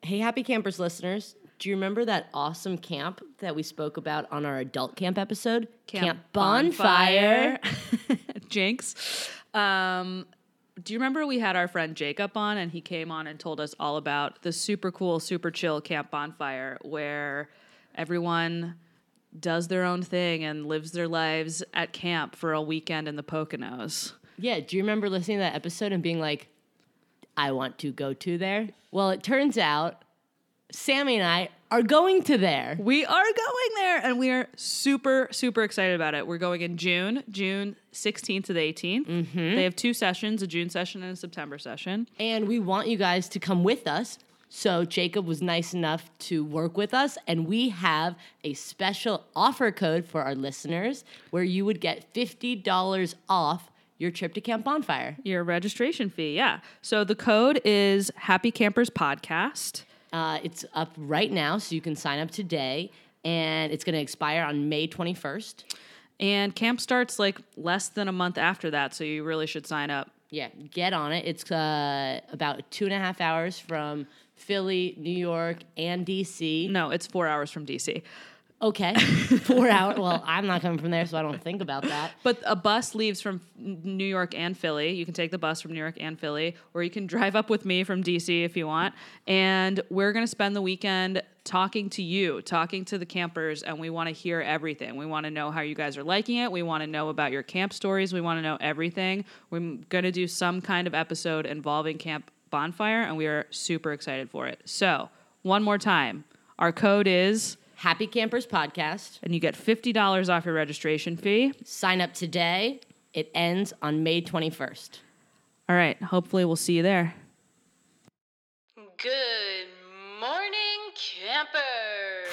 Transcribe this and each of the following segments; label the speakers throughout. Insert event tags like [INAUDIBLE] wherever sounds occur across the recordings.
Speaker 1: Hey, Happy Campers listeners. Do you remember that awesome camp that we spoke about on our adult camp episode?
Speaker 2: Camp
Speaker 1: Bonfire.
Speaker 2: [LAUGHS] Jinx. Um, do you remember we had our friend Jacob on and he came on and told us all about the super cool, super chill Camp Bonfire where everyone does their own thing and lives their lives at camp for a weekend in the Poconos?
Speaker 1: Yeah, do you remember listening to that episode and being like, I want to go to there? Well, it turns out Sammy and I are going to there.
Speaker 2: We are going there and we are super, super excited about it. We're going in June, June 16th to the 18th. They have two sessions a June session and a September session.
Speaker 1: And we want you guys to come with us. So Jacob was nice enough to work with us, and we have a special offer code for our listeners where you would get $50 off your trip to Camp Bonfire.
Speaker 2: Your registration fee, yeah. So the code is Happy Campers Podcast.
Speaker 1: Uh, it's up right now, so you can sign up today, and it's going to expire on May 21st.
Speaker 2: And camp starts like less than a month after that, so you really should sign up.
Speaker 1: Yeah, get on it. It's uh, about two and a half hours from Philly, New York, and DC.
Speaker 2: No, it's four hours from DC.
Speaker 1: [LAUGHS] Okay, four hours. Well, I'm not coming from there, so I don't think about that.
Speaker 2: But a bus leaves from N- New York and Philly. You can take the bus from New York and Philly, or you can drive up with me from DC if you want. And we're going to spend the weekend talking to you, talking to the campers, and we want to hear everything. We want to know how you guys are liking it. We want to know about your camp stories. We want to know everything. We're going to do some kind of episode involving Camp Bonfire, and we are super excited for it. So, one more time, our code is
Speaker 1: Happy Campers Podcast.
Speaker 2: and you get $50 off your registration fee.
Speaker 1: Sign up today. It ends on May 21st.
Speaker 2: All right, hopefully we'll see you there.
Speaker 3: Good morning, campers.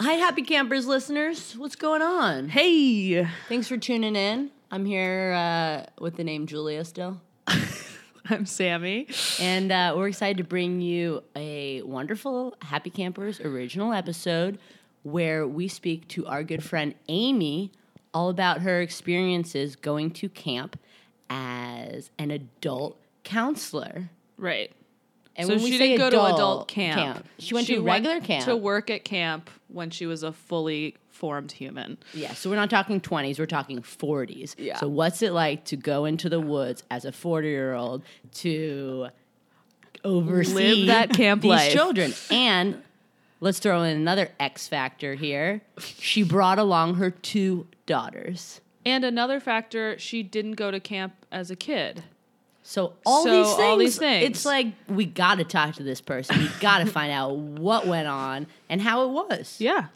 Speaker 1: Hi, Happy Campers listeners. What's going on?
Speaker 2: Hey,
Speaker 1: Thanks for tuning in. I'm here uh, with the name Julia still.
Speaker 2: I'm Sammy.
Speaker 1: And uh, we're excited to bring you a wonderful Happy Campers original episode where we speak to our good friend Amy all about her experiences going to camp as an adult counselor.
Speaker 2: Right.
Speaker 1: And
Speaker 2: So
Speaker 1: when we
Speaker 2: she
Speaker 1: say
Speaker 2: didn't go to adult camp.
Speaker 1: She went to regular camp.
Speaker 2: To work at camp when she was a fully formed human.
Speaker 1: Yeah, so we're not talking 20s, we're talking 40s.
Speaker 2: Yeah.
Speaker 1: So what's it like to go into the woods as a 40-year-old to oversee
Speaker 2: Live that camp
Speaker 1: these
Speaker 2: life.
Speaker 1: children? And let's throw in another X factor here. She brought along her two daughters.
Speaker 2: And another factor, she didn't go to camp as a kid.
Speaker 1: So all
Speaker 2: So
Speaker 1: these things,
Speaker 2: all these things.
Speaker 1: it's like we got to talk to this person. We got to find out what went on and how it was.
Speaker 2: Yeah.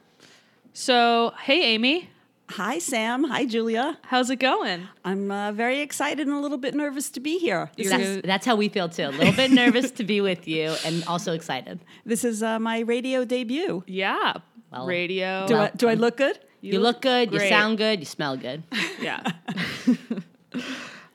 Speaker 2: So, hey, Amy,
Speaker 4: Hi, Sam. Hi, Julia.
Speaker 2: how's it going?
Speaker 4: I'm uh, very excited and a little bit nervous to be here.
Speaker 2: You're
Speaker 1: That's,
Speaker 2: gonna-
Speaker 1: that's how we feel too. A little bit nervous to be with you and also excited.
Speaker 4: This is uh, my radio debut.
Speaker 2: yeah.
Speaker 1: Well,
Speaker 2: Radio.
Speaker 4: Do, I, do I look good?
Speaker 1: You, look good, you
Speaker 2: great.
Speaker 1: sound good, you smell [LAUGHS] good.
Speaker 2: [LAUGHS] Yeah.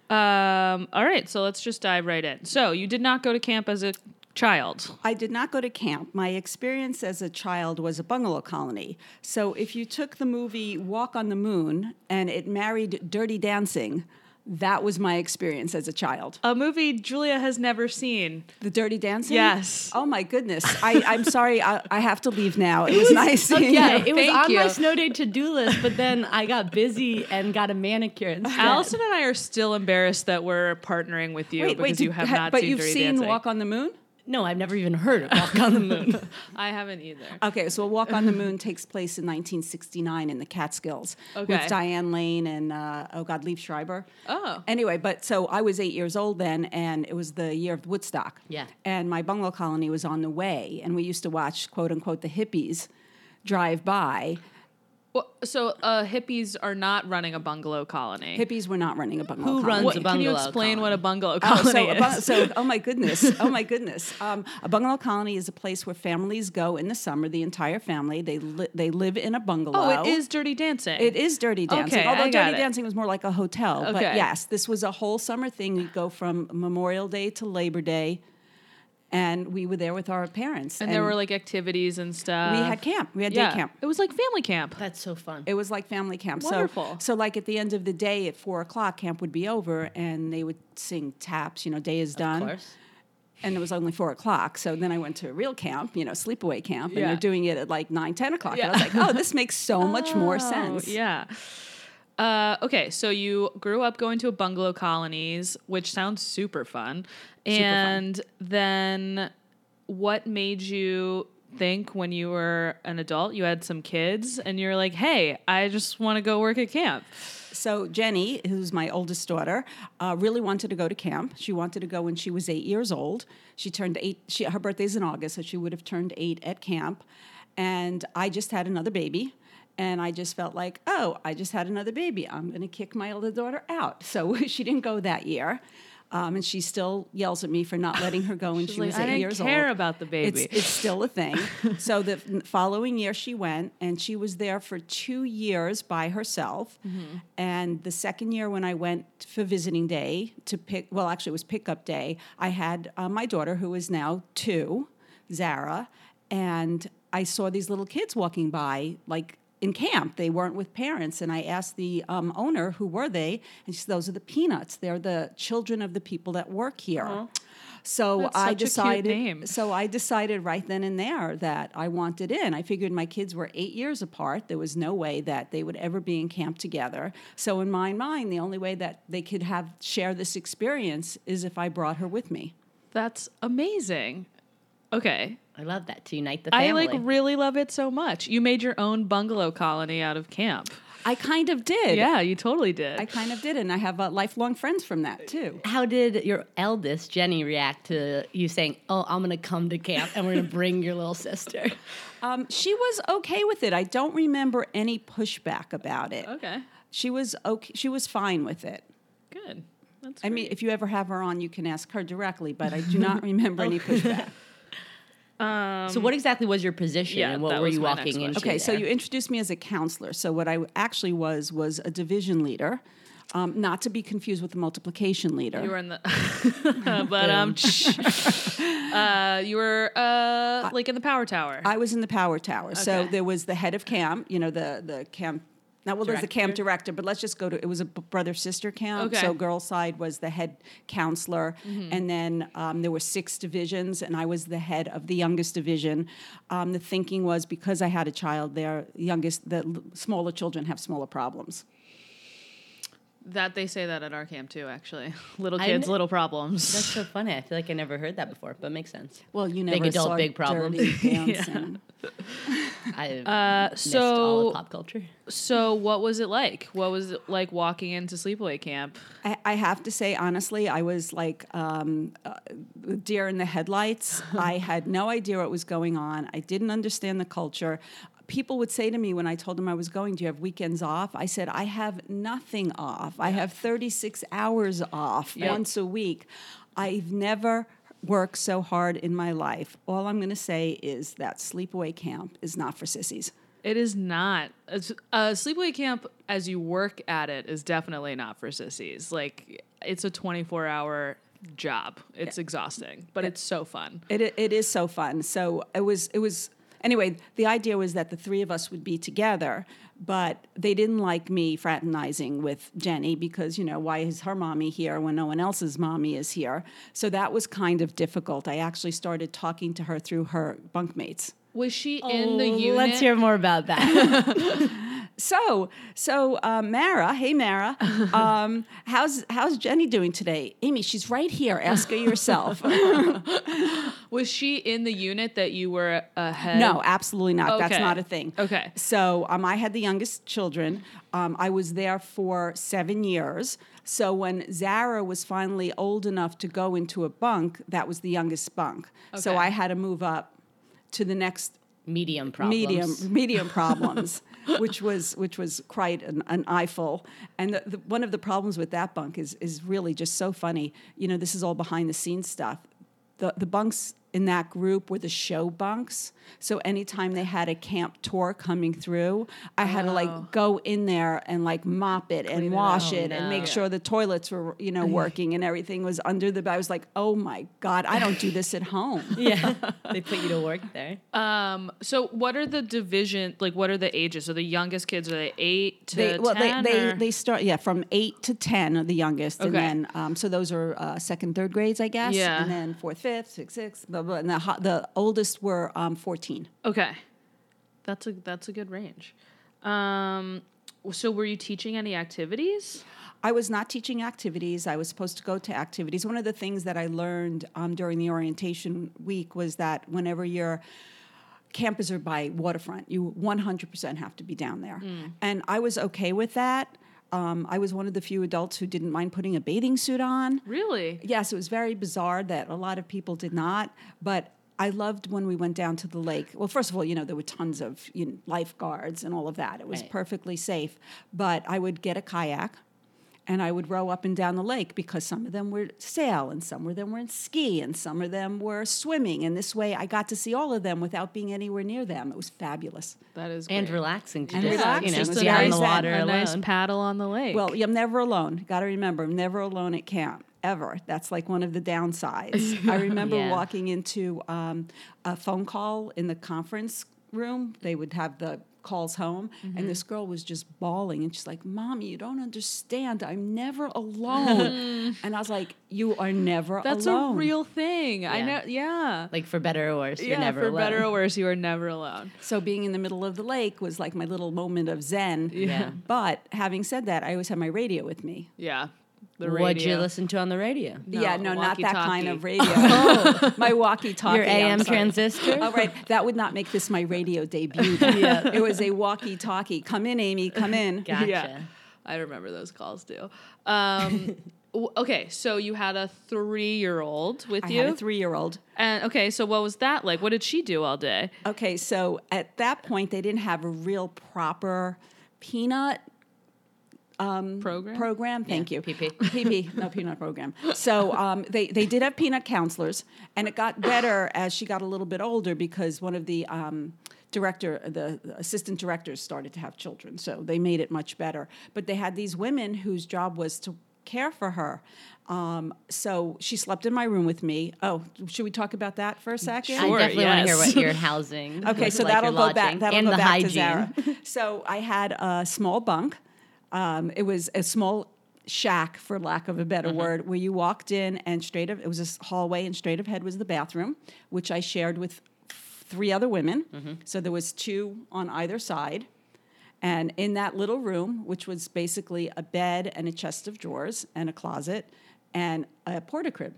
Speaker 2: um, all right, so let's just dive right in. So, you did not go to camp as a child.
Speaker 4: I did not go to camp. My experience as a child was a bungalow colony. So if you took the movie Walk on the Moon and it married Dirty Dancing, that was my experience as a child.
Speaker 2: A movie Julia has never seen.
Speaker 4: The Dirty Dancing?
Speaker 2: Yes.
Speaker 4: Oh my goodness. I, I'm sorry. I, I have to leave now. It was nice. seeing you.
Speaker 1: Yeah, it was
Speaker 2: Thank
Speaker 1: on my
Speaker 2: you.
Speaker 1: snow day to do list, but then I got busy and got a manicure. Instead.
Speaker 2: Allison and I are still embarrassed that we're partnering with you
Speaker 4: Wait,
Speaker 2: because
Speaker 4: wait.
Speaker 2: you
Speaker 4: did-
Speaker 2: have
Speaker 4: ha-
Speaker 2: not
Speaker 4: but
Speaker 2: seen
Speaker 4: you've
Speaker 2: Dirty
Speaker 4: seen
Speaker 2: Dancing.
Speaker 4: Walk on the Moon?
Speaker 1: no, I've never even heard of [LAUGHS] Walk on the Moon.
Speaker 2: I haven't either.
Speaker 4: Okay, so Walk on the Moon takes place in 1969 in the Catskills
Speaker 2: Okay.
Speaker 4: with Diane Lane and uh, oh god, Liev Schreiber.
Speaker 2: Oh.
Speaker 4: anyway, but so I was eight years old then, and it was the year of Woodstock.
Speaker 1: Yeah.
Speaker 4: and my bungalow colony was on the way, and we used to watch quote unquote the hippies drive by.
Speaker 2: Well, so uh, hippies are not running a bungalow colony.
Speaker 4: Hippies were not running a bungalow.
Speaker 1: Who
Speaker 4: colony.
Speaker 1: runs
Speaker 2: What-
Speaker 1: a
Speaker 2: can you
Speaker 1: bungalow
Speaker 2: explain what a bungalow
Speaker 4: Oh,
Speaker 2: colony
Speaker 4: [LAUGHS] so, a bu-
Speaker 2: is?
Speaker 4: so, oh my goodness, oh my goodness. Um, a bungalow colony is a place where families go in the summer. The entire family they li- they live in a bungalow.
Speaker 2: oh, it is Dirty Dancing.
Speaker 4: It is Dirty Dancing.
Speaker 2: Okay,
Speaker 4: Although
Speaker 2: I got
Speaker 4: Dirty
Speaker 2: it.
Speaker 4: Dancing was more like a hotel. But
Speaker 2: Okay.
Speaker 4: yes, this was a whole summer thing. We'd go from Memorial Day to Labor Day, and we were there with our parents.
Speaker 2: and, there were like activities and stuff.
Speaker 4: we had camp. We had day camp.
Speaker 2: It was like family camp.
Speaker 1: That's so fun.
Speaker 4: It was like family camp.
Speaker 2: Wonderful.
Speaker 4: So, so like at the end of the day at four o'clock, camp would be over, and they would sing taps. You know, day is done.
Speaker 1: Of course.
Speaker 4: and it was only four o'clock. So then I went to a real camp, you know, sleepaway camp, and
Speaker 2: Yeah.
Speaker 4: they're doing it at like nine, 10 o'clock. And I was like, oh, this makes so
Speaker 2: [LAUGHS]
Speaker 4: much more sense.
Speaker 2: Oh, Yeah. Uh, okay, so you grew up going to a bungalow colonies, which sounds super fun. And then what made you think when you were an adult, you had some kids, and you're like, hey, I just want to go work at camp?
Speaker 4: So Jenny, who's my oldest daughter, uh, really wanted to go to camp. She wanted to go when she was eight years old. She turned eight. She, her birthday's in August, so she would have turned eight at camp. And I just had another baby. And I just felt like, oh, I just had another baby. I'm going to kick my older daughter out. So [LAUGHS] she didn't go that year. Um, and she still yells at me for not letting her go when she
Speaker 2: like,
Speaker 4: was
Speaker 2: "I
Speaker 4: eight
Speaker 2: didn't
Speaker 4: years
Speaker 2: care
Speaker 4: old.
Speaker 2: about the
Speaker 4: It's-
Speaker 2: baby.
Speaker 4: It's, still
Speaker 2: [LAUGHS]
Speaker 4: a thing. so the f- following year, she went, and she was there for two years by herself.
Speaker 2: Mm-hmm.
Speaker 4: And the second year, when I went for visiting day to pick, well, actually, it was pickup day. I had uh, my daughter, who is now two, Zara, and I saw these little kids walking by, like. In camp, they weren't with parents, and I asked the um, owner, "Who were they?" And she said, "Those are the peanuts. They're the children of the people that work here." So
Speaker 2: That's
Speaker 4: I
Speaker 2: such a cute
Speaker 4: decided.
Speaker 2: name.
Speaker 4: So I decided right then and there that I wanted in. I figured my kids were eight years apart. There was no way that they would ever be in camp together. So in my mind, the only way that they could have share this experience is if I brought her with me.
Speaker 2: That's amazing. Okay.
Speaker 1: I love that to unite the
Speaker 2: I
Speaker 1: family.
Speaker 2: like really love it so much. You made your own bungalow colony out of camp.
Speaker 4: I kind of did.
Speaker 2: Yeah, you totally did.
Speaker 4: I kind of did, and I have uh, lifelong friends from
Speaker 2: Uh,
Speaker 4: that too.
Speaker 1: How did your eldest Jenny react to you saying, "Oh, I'm gonna come to camp and we're gonna bring your little sister"?
Speaker 4: Um, she was okay with it. I don't remember any pushback about it.
Speaker 2: okay.
Speaker 4: She was okay. She was fine with it.
Speaker 2: Good. That's
Speaker 4: I mean, if you ever have her on, you can ask her directly, but I do
Speaker 2: [LAUGHS]
Speaker 4: not remember
Speaker 2: Oh.
Speaker 4: any pushback.
Speaker 1: so, what exactly was your position
Speaker 2: yeah,
Speaker 1: and what
Speaker 2: that
Speaker 1: were
Speaker 2: was
Speaker 1: you
Speaker 2: my next
Speaker 1: walking into?
Speaker 2: question.
Speaker 4: Okay, so
Speaker 1: there?
Speaker 4: you introduced me as a counselor. So what I actually was was a division leader, um, not to be confused with the multiplication leader.
Speaker 2: You were in the, [LAUGHS] but um, [LAUGHS] uh, you were uh, like in the power tower.
Speaker 4: I was in the power tower. So
Speaker 2: Okay.
Speaker 4: there was the head of camp, you know, the the camp. Now, well, there's the camp director, but let's just go to it was a brother sister camp.
Speaker 2: Okay. Mm-hmm.
Speaker 4: So girl side was the head counselor, and then um, there were six divisions, and I was the head of the youngest division. Um, the thinking was because I had a child there, youngest the l- smaller children have smaller problems.
Speaker 2: that they say that at our camp too. Actually, [LAUGHS] little
Speaker 1: I
Speaker 2: kids,
Speaker 1: kn-
Speaker 2: little problems.
Speaker 1: That's so funny. I feel like I never heard that before, but it makes sense.
Speaker 4: Well, you never
Speaker 1: adult,
Speaker 4: saw
Speaker 1: big problems.
Speaker 4: Dirty
Speaker 1: [LAUGHS]
Speaker 4: Dancing.
Speaker 1: I missed all
Speaker 2: so-
Speaker 1: of pop culture.
Speaker 2: [LAUGHS] so, what was it like? What was it like walking into sleepaway camp?
Speaker 4: I, I have to say honestly, I was like um, uh, deer in the
Speaker 1: [LAUGHS]
Speaker 4: headlights. I had no idea what was going on. I didn't understand the culture. People would say to me when I told them I was going, "Do you have weekends off?" I said, "I have nothing off. I have 36 hours off once a week. I've never." worked so hard in my life. All I'm going to say is that sleepaway camp is not for sissies.
Speaker 2: It is not a sleepaway camp. As you work at it, is definitely not for sissies. Like it's a twenty-four hour job. It's exhausting, but it's so fun.
Speaker 4: It, i- it is so fun. So it was it was anyway. The idea was that the three of us would be together, but they didn't like me fraternizing with Jenny because you know why is her mommy here when no one else's mommy is here? So that was kind of difficult. I actually started talking to her through her bunkmates.
Speaker 2: Was she in the unit?
Speaker 1: Oh, Let's hear more about that.
Speaker 4: So so uh, Mara, hey Mara, um, how's how's Jenny doing today? Amy, she's right here. Ask her yourself.
Speaker 2: Was she in the unit that you were ahead?
Speaker 4: No, absolutely not. That's
Speaker 2: Okay.
Speaker 4: not a thing.
Speaker 2: Okay.
Speaker 4: So um, I had the youngest children. Um, I was there for seven years. So when Zara was finally old enough to go into a bunk, that was the youngest bunk. So
Speaker 2: Okay.
Speaker 4: I had to move up to the next
Speaker 1: [LAUGHS] medium problems.
Speaker 4: medium medium problems, which was which was quite an, an eyeful. And the, the, one of the problems with that bunk is is really just so funny. You know, this is all behind the scenes stuff. The the bunks in that group were the show bunks. So anytime they had a camp tour coming through, I had to like go in there and like mop it and wash it, and make sure the toilets were, you know, working and everything was under the I was like, "Oh my god, I don't do this at home."
Speaker 1: Yeah, they put you to work there.
Speaker 2: Um, so what are the division like what are the ages? So the youngest kids are they eight to
Speaker 4: they, well,
Speaker 2: ten?
Speaker 4: they, they,
Speaker 2: or-
Speaker 4: they start yeah from eight to ten are the youngest, and
Speaker 2: Okay.
Speaker 4: then um, so those are uh, second, third grades, I guess,
Speaker 2: Yeah.
Speaker 4: and then fourth, fifth, sixth, sixth, blah blah. And the ho- the oldest were um, fourteen.
Speaker 2: okay. That's a that's a good range. Um so were you teaching any activities?
Speaker 4: I was not teaching activities. I was supposed to go to activities. One of the things that I learned um, during the orientation week was that whenever your campers are by waterfront, you 100% have to be down there.
Speaker 2: Mm.
Speaker 4: And I was okay with that. Um, I was one of the few adults who didn't mind putting a bathing suit on.
Speaker 2: Really?
Speaker 4: Yes, it was very bizarre that a lot of people did not, but I loved when we went down to the lake. Well, first of all, you know, there were tons of you know, lifeguards and all of that. It was
Speaker 1: Right.
Speaker 4: perfectly safe. But I would get a kayak and I would row up and down the lake because some of them were sail and some of them were in ski and some of them were swimming. And this way I got to see all of them without being anywhere near them. It was fabulous.
Speaker 2: That is
Speaker 1: And
Speaker 2: great.
Speaker 1: relaxing to
Speaker 4: And
Speaker 1: just,
Speaker 4: relaxing.
Speaker 1: you know,
Speaker 4: Just
Speaker 1: be
Speaker 4: a
Speaker 1: out in
Speaker 4: nice-
Speaker 1: the water
Speaker 2: a
Speaker 1: alone.
Speaker 2: nice paddle on the lake.
Speaker 4: Well, yeah, I'm never alone. Got to remember, I'm never alone at camp ever. That's like one of
Speaker 2: [LAUGHS]
Speaker 4: the downsides. I remember
Speaker 1: Yeah.
Speaker 4: walking into um, a phone call in the conference room. They would have the calls home, and
Speaker 2: Mm-hmm.
Speaker 4: this girl was just bawling, and she's like, "Mommy, you don't understand. I'm never
Speaker 2: [LAUGHS]
Speaker 4: alone." and I was like, "You are never
Speaker 2: that's
Speaker 4: alone."
Speaker 2: a real thing. I
Speaker 1: Yeah.
Speaker 2: know yeah.
Speaker 1: like for better or worse,
Speaker 2: yeah,
Speaker 1: you're never
Speaker 2: for
Speaker 1: alone.
Speaker 2: better or worse, you are never alone.
Speaker 4: So being in the middle of the lake was like my little moment of zen.
Speaker 1: Yeah.
Speaker 4: But having said that, I always had my radio with me.
Speaker 2: Yeah. The
Speaker 1: What'd you
Speaker 2: radio.
Speaker 1: listen to on the radio?
Speaker 4: yeah,
Speaker 2: No,
Speaker 4: no, not that
Speaker 2: walkie-talkie. [LAUGHS]
Speaker 4: kind of radio. [LAUGHS] my walkie-talkie.
Speaker 1: Your
Speaker 4: I'm
Speaker 1: AM
Speaker 4: sorry.
Speaker 1: transistor?
Speaker 4: All right, that would not make this my radio
Speaker 1: [LAUGHS]
Speaker 4: debut. It was a walkie-talkie. Come in, Amy. Come in.
Speaker 1: [LAUGHS] Gotcha.
Speaker 2: Yeah. I remember those calls too. Um, w- okay, so you had a three-year-old with
Speaker 4: I
Speaker 2: you,
Speaker 4: had a three-year-old.
Speaker 2: and okay, so what was that like? What did she do all day?
Speaker 4: Okay, so at that point, they didn't have a real proper peanut
Speaker 2: Program.
Speaker 4: program. Thank you. [LAUGHS]
Speaker 1: PP.
Speaker 4: PP, no peanut program. So um, they, they did have peanut counselors, and it got better as she got a little bit older because one of the um, director, the the assistant directors started to have children, so they made it much better. But they had these women whose job was to care for her. Um, so she slept in my room with me. Oh, should we talk about that for a second?
Speaker 2: Sure,
Speaker 1: I definitely want to hear
Speaker 2: yes.
Speaker 1: what your housing.
Speaker 4: Okay,
Speaker 1: was
Speaker 4: so
Speaker 1: like, your
Speaker 4: that'll go
Speaker 1: lodging,
Speaker 4: back. That'll
Speaker 1: and
Speaker 4: go
Speaker 1: the
Speaker 4: back
Speaker 1: hygiene.
Speaker 4: to Zara.
Speaker 1: [LAUGHS]
Speaker 4: So I had a small bunk. Um, it was a small shack, for lack of a better
Speaker 1: Mm-hmm.
Speaker 4: word, where you walked in and straight up. It was this hallway, and straight ahead was the bathroom, which I shared with three other women.
Speaker 1: Mm-hmm.
Speaker 4: So there was two on either side. And in that little room, which was basically a bed and a chest of drawers and a closet and a porta crib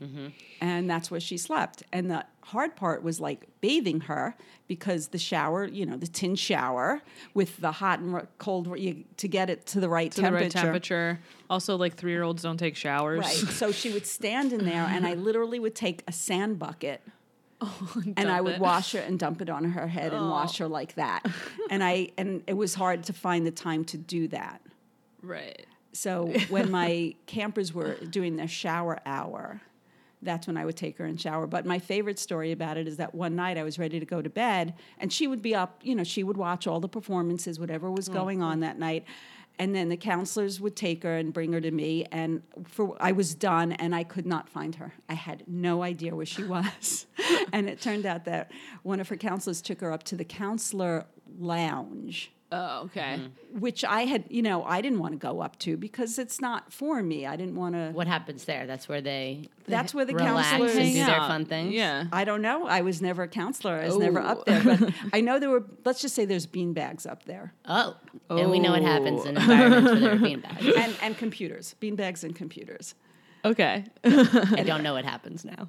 Speaker 2: Mm-hmm.
Speaker 4: and that's where she slept. And the hard part was like bathing her because the shower, you know, the tin shower with the hot and r- cold r- you, to get it to the right
Speaker 2: To the
Speaker 4: temperature.
Speaker 2: right temperature. Also, like three-year-olds don't take showers. [LAUGHS]
Speaker 4: Right. So she would stand in there, and I literally would take a
Speaker 2: [LAUGHS]
Speaker 4: sand bucket. and I
Speaker 2: Oh, dump
Speaker 4: would
Speaker 2: it. Oh.
Speaker 4: wash her and dump it on her head and wash her like that. And I and it was hard to find the time to do that.
Speaker 2: Right.
Speaker 4: So when my campers were doing their shower hour, that's when I would take her and shower. But my favorite story about it is that one night I was ready to go to bed and she would be up, you know, she would watch all the performances, whatever was going on that night. And then the counselors would take her and bring her to me and for I was done and I could not find her. I had no idea where she was. [LAUGHS] and it turned out that one of her counselors took her up to the counselor lounge
Speaker 2: Oh, okay.
Speaker 4: which I had, you know, I didn't want to go up to because it's not for me. I didn't want to.
Speaker 1: What happens there? That's where they.
Speaker 4: That's where the
Speaker 1: relax
Speaker 4: counselors-
Speaker 1: and
Speaker 4: Hang
Speaker 1: do their
Speaker 2: out.
Speaker 1: fun things.
Speaker 2: Yeah.
Speaker 4: I don't know. I was never a counselor. I was never
Speaker 2: Oh.
Speaker 4: up there. [LAUGHS] But I know there were. Let's just say there's bean bags up there
Speaker 1: Oh, and we know what happens in environments where they're being
Speaker 4: [LAUGHS]
Speaker 1: bad.
Speaker 4: and and computers, bean bags and computers.
Speaker 2: Okay. Uh,
Speaker 1: I don't know what happens now.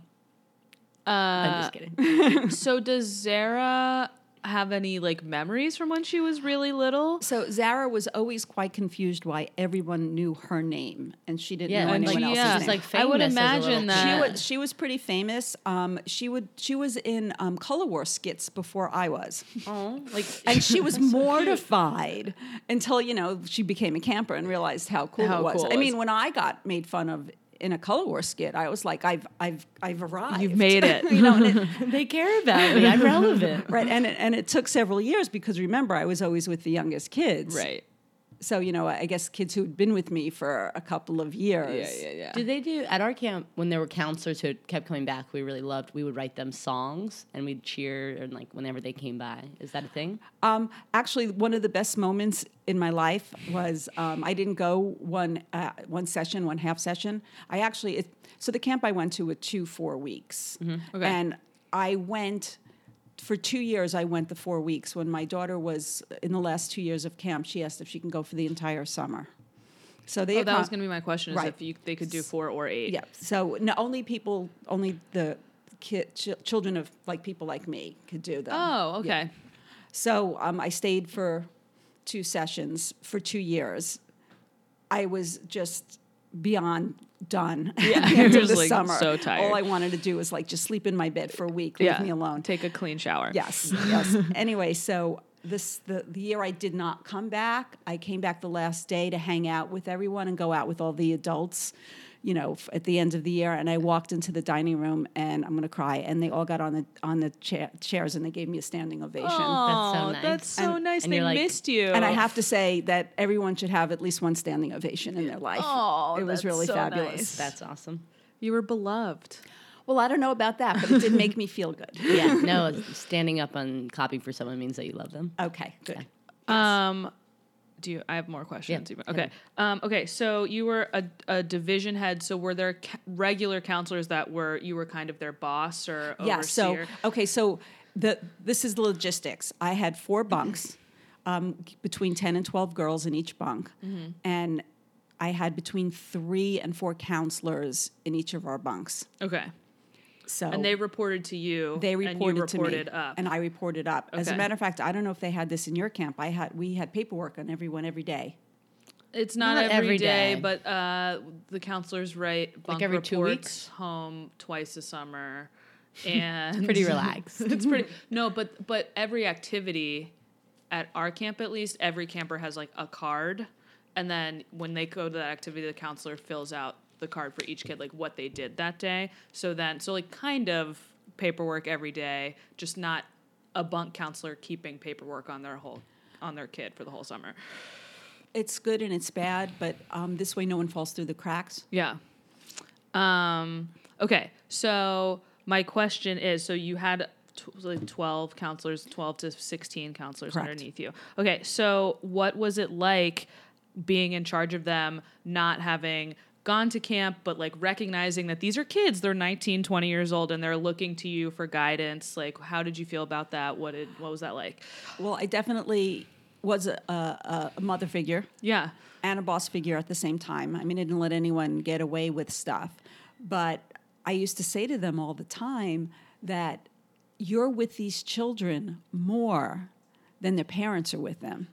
Speaker 1: I'm just kidding.
Speaker 2: so does Zara have any like memories from when she was really little.
Speaker 4: So Zara was always quite confused why everyone knew her name and she didn't
Speaker 1: Yeah,
Speaker 4: know
Speaker 1: and she-
Speaker 4: anyone else's
Speaker 1: yeah.
Speaker 4: name.
Speaker 1: She's like
Speaker 2: I would
Speaker 1: famous as a little
Speaker 2: imagine
Speaker 1: kid.
Speaker 4: She
Speaker 1: [LAUGHS]
Speaker 2: that.
Speaker 4: was she was pretty famous. Um, she would she was in um, Color War skits before I was,
Speaker 1: Oh, like
Speaker 4: and
Speaker 2: [LAUGHS]
Speaker 4: she was mortified until you know she became a camper and realized how cool
Speaker 2: How
Speaker 4: it was.
Speaker 2: cool it
Speaker 4: I
Speaker 2: was.
Speaker 4: mean, when I got made fun of in a Color War skit, I was like, I've I've I've arrived.
Speaker 2: You've made it.
Speaker 4: you know, and it,
Speaker 1: they care about me. I'm relevant.
Speaker 4: [LAUGHS] right? And it, and it took several years because remember, I was always with the youngest kids,
Speaker 2: right.
Speaker 4: So you know, I guess kids who had been with me for a couple of years.
Speaker 2: yeah.
Speaker 1: Did they do at our camp when there were counselors who kept coming back? We really loved. We would write them songs and we'd cheer and like whenever they came by. Is that a thing?
Speaker 4: Um, actually, one of the best moments in my life was um, I didn't go one uh, one session, one half session. I actually it, so the camp I went to were two four weeks,
Speaker 2: Mm-hmm. Okay.
Speaker 4: and I went for two years. I went the four weeks when my daughter was in the last two years of camp. She asked if she can go for the entire summer. So they
Speaker 2: Oh, that was
Speaker 4: accom-
Speaker 2: going to be my question: is
Speaker 4: Right.
Speaker 2: if you, they could do four or eight.
Speaker 4: yeah. So no, only people, only the ki- ch- children of like people like me could do them.
Speaker 2: Oh,
Speaker 4: Yeah.
Speaker 2: okay.
Speaker 4: So um, I stayed for two sessions for two years. I was just beyond done.
Speaker 2: [LAUGHS]
Speaker 4: at
Speaker 2: Yeah,
Speaker 4: the end
Speaker 2: you
Speaker 4: of
Speaker 2: were
Speaker 4: the
Speaker 2: like
Speaker 4: summer.
Speaker 2: so tired.
Speaker 4: All I wanted to do was like just sleep in my bed for a week, leave me alone.
Speaker 2: Take a clean shower.
Speaker 4: Yes,
Speaker 2: [LAUGHS]
Speaker 4: yes. anyway, so this the, the year I did not come back. I came back the last day to hang out with everyone and go out with all the adults, you know, f- at the end of the year. And I walked into the dining room and I'm going to cry. And they all got on the on the chair, chairs and they gave me a standing ovation.
Speaker 1: That's so
Speaker 2: Oh,
Speaker 1: nice.
Speaker 2: that's so
Speaker 1: And-
Speaker 2: nice.
Speaker 1: and
Speaker 2: they
Speaker 1: you're like-
Speaker 2: missed you.
Speaker 4: And I have to say that everyone should have at least one standing
Speaker 2: [GASPS]
Speaker 4: ovation in their life.
Speaker 2: Oh,
Speaker 4: it was
Speaker 2: that's
Speaker 4: really
Speaker 2: so
Speaker 4: fabulous.
Speaker 2: nice.
Speaker 1: That's awesome.
Speaker 2: you were beloved.
Speaker 4: Well, I don't know about that, but it did make me feel good. [LAUGHS]
Speaker 1: Yeah. No, standing up and clapping for someone means that you love them.
Speaker 4: Okay, good.
Speaker 2: Um, do you? I have more questions.
Speaker 1: Yeah,
Speaker 2: even.
Speaker 1: hit
Speaker 2: Okay. Um, okay. So you were a, a division head. So were there ca- regular counselors that were you were kind of their boss or overseer?
Speaker 4: Yeah. So okay. So the this is the logistics. I had
Speaker 2: [LAUGHS]
Speaker 4: four bunks, um, between ten and twelve girls in each bunk,
Speaker 2: Mm-hmm.
Speaker 4: and I had between three and four counselors in each of our bunks.
Speaker 2: okay.
Speaker 4: So
Speaker 2: And they reported to you.
Speaker 4: Oh. they
Speaker 2: and you
Speaker 4: reported
Speaker 2: reported
Speaker 4: to me,
Speaker 2: up.
Speaker 4: and I reported up. As a
Speaker 2: Okay.
Speaker 4: matter of fact, I don't know if they had this in your camp. I had we had paperwork on everyone every day.
Speaker 2: it's not,
Speaker 1: Not every
Speaker 2: every
Speaker 1: day.
Speaker 2: day, but uh, the counselors write bunk
Speaker 1: every
Speaker 2: reports
Speaker 1: two weeks?
Speaker 2: home twice a summer,
Speaker 1: [LAUGHS]
Speaker 2: and [LAUGHS]
Speaker 1: Pretty relaxed.
Speaker 2: it's pretty no but but every activity at our camp at least every camper has like a card and then when they go to that activity the counselor fills out the card for each kid like what they did that day so then so like kind of paperwork every day just not a bunk counselor keeping paperwork on their whole on their kid for the whole summer
Speaker 4: It's good and it's bad, but um, this way no one falls through the cracks.
Speaker 2: yeah um okay so my question is so you had t- like 12 counselors 12 to 16 counselors
Speaker 4: Correct.
Speaker 2: underneath you okay so what was it like being in charge of them not having gone to camp but like recognizing that these are kids they're 19 20 years old and they're looking to you for guidance like how did you feel about that what did what was that like
Speaker 4: Well, I definitely was a, a, a mother figure.
Speaker 2: yeah
Speaker 4: and a boss figure at the same time. I mean, I didn't let anyone get away with stuff. But I used to say to them all the time that you're with these children more than their parents are with them.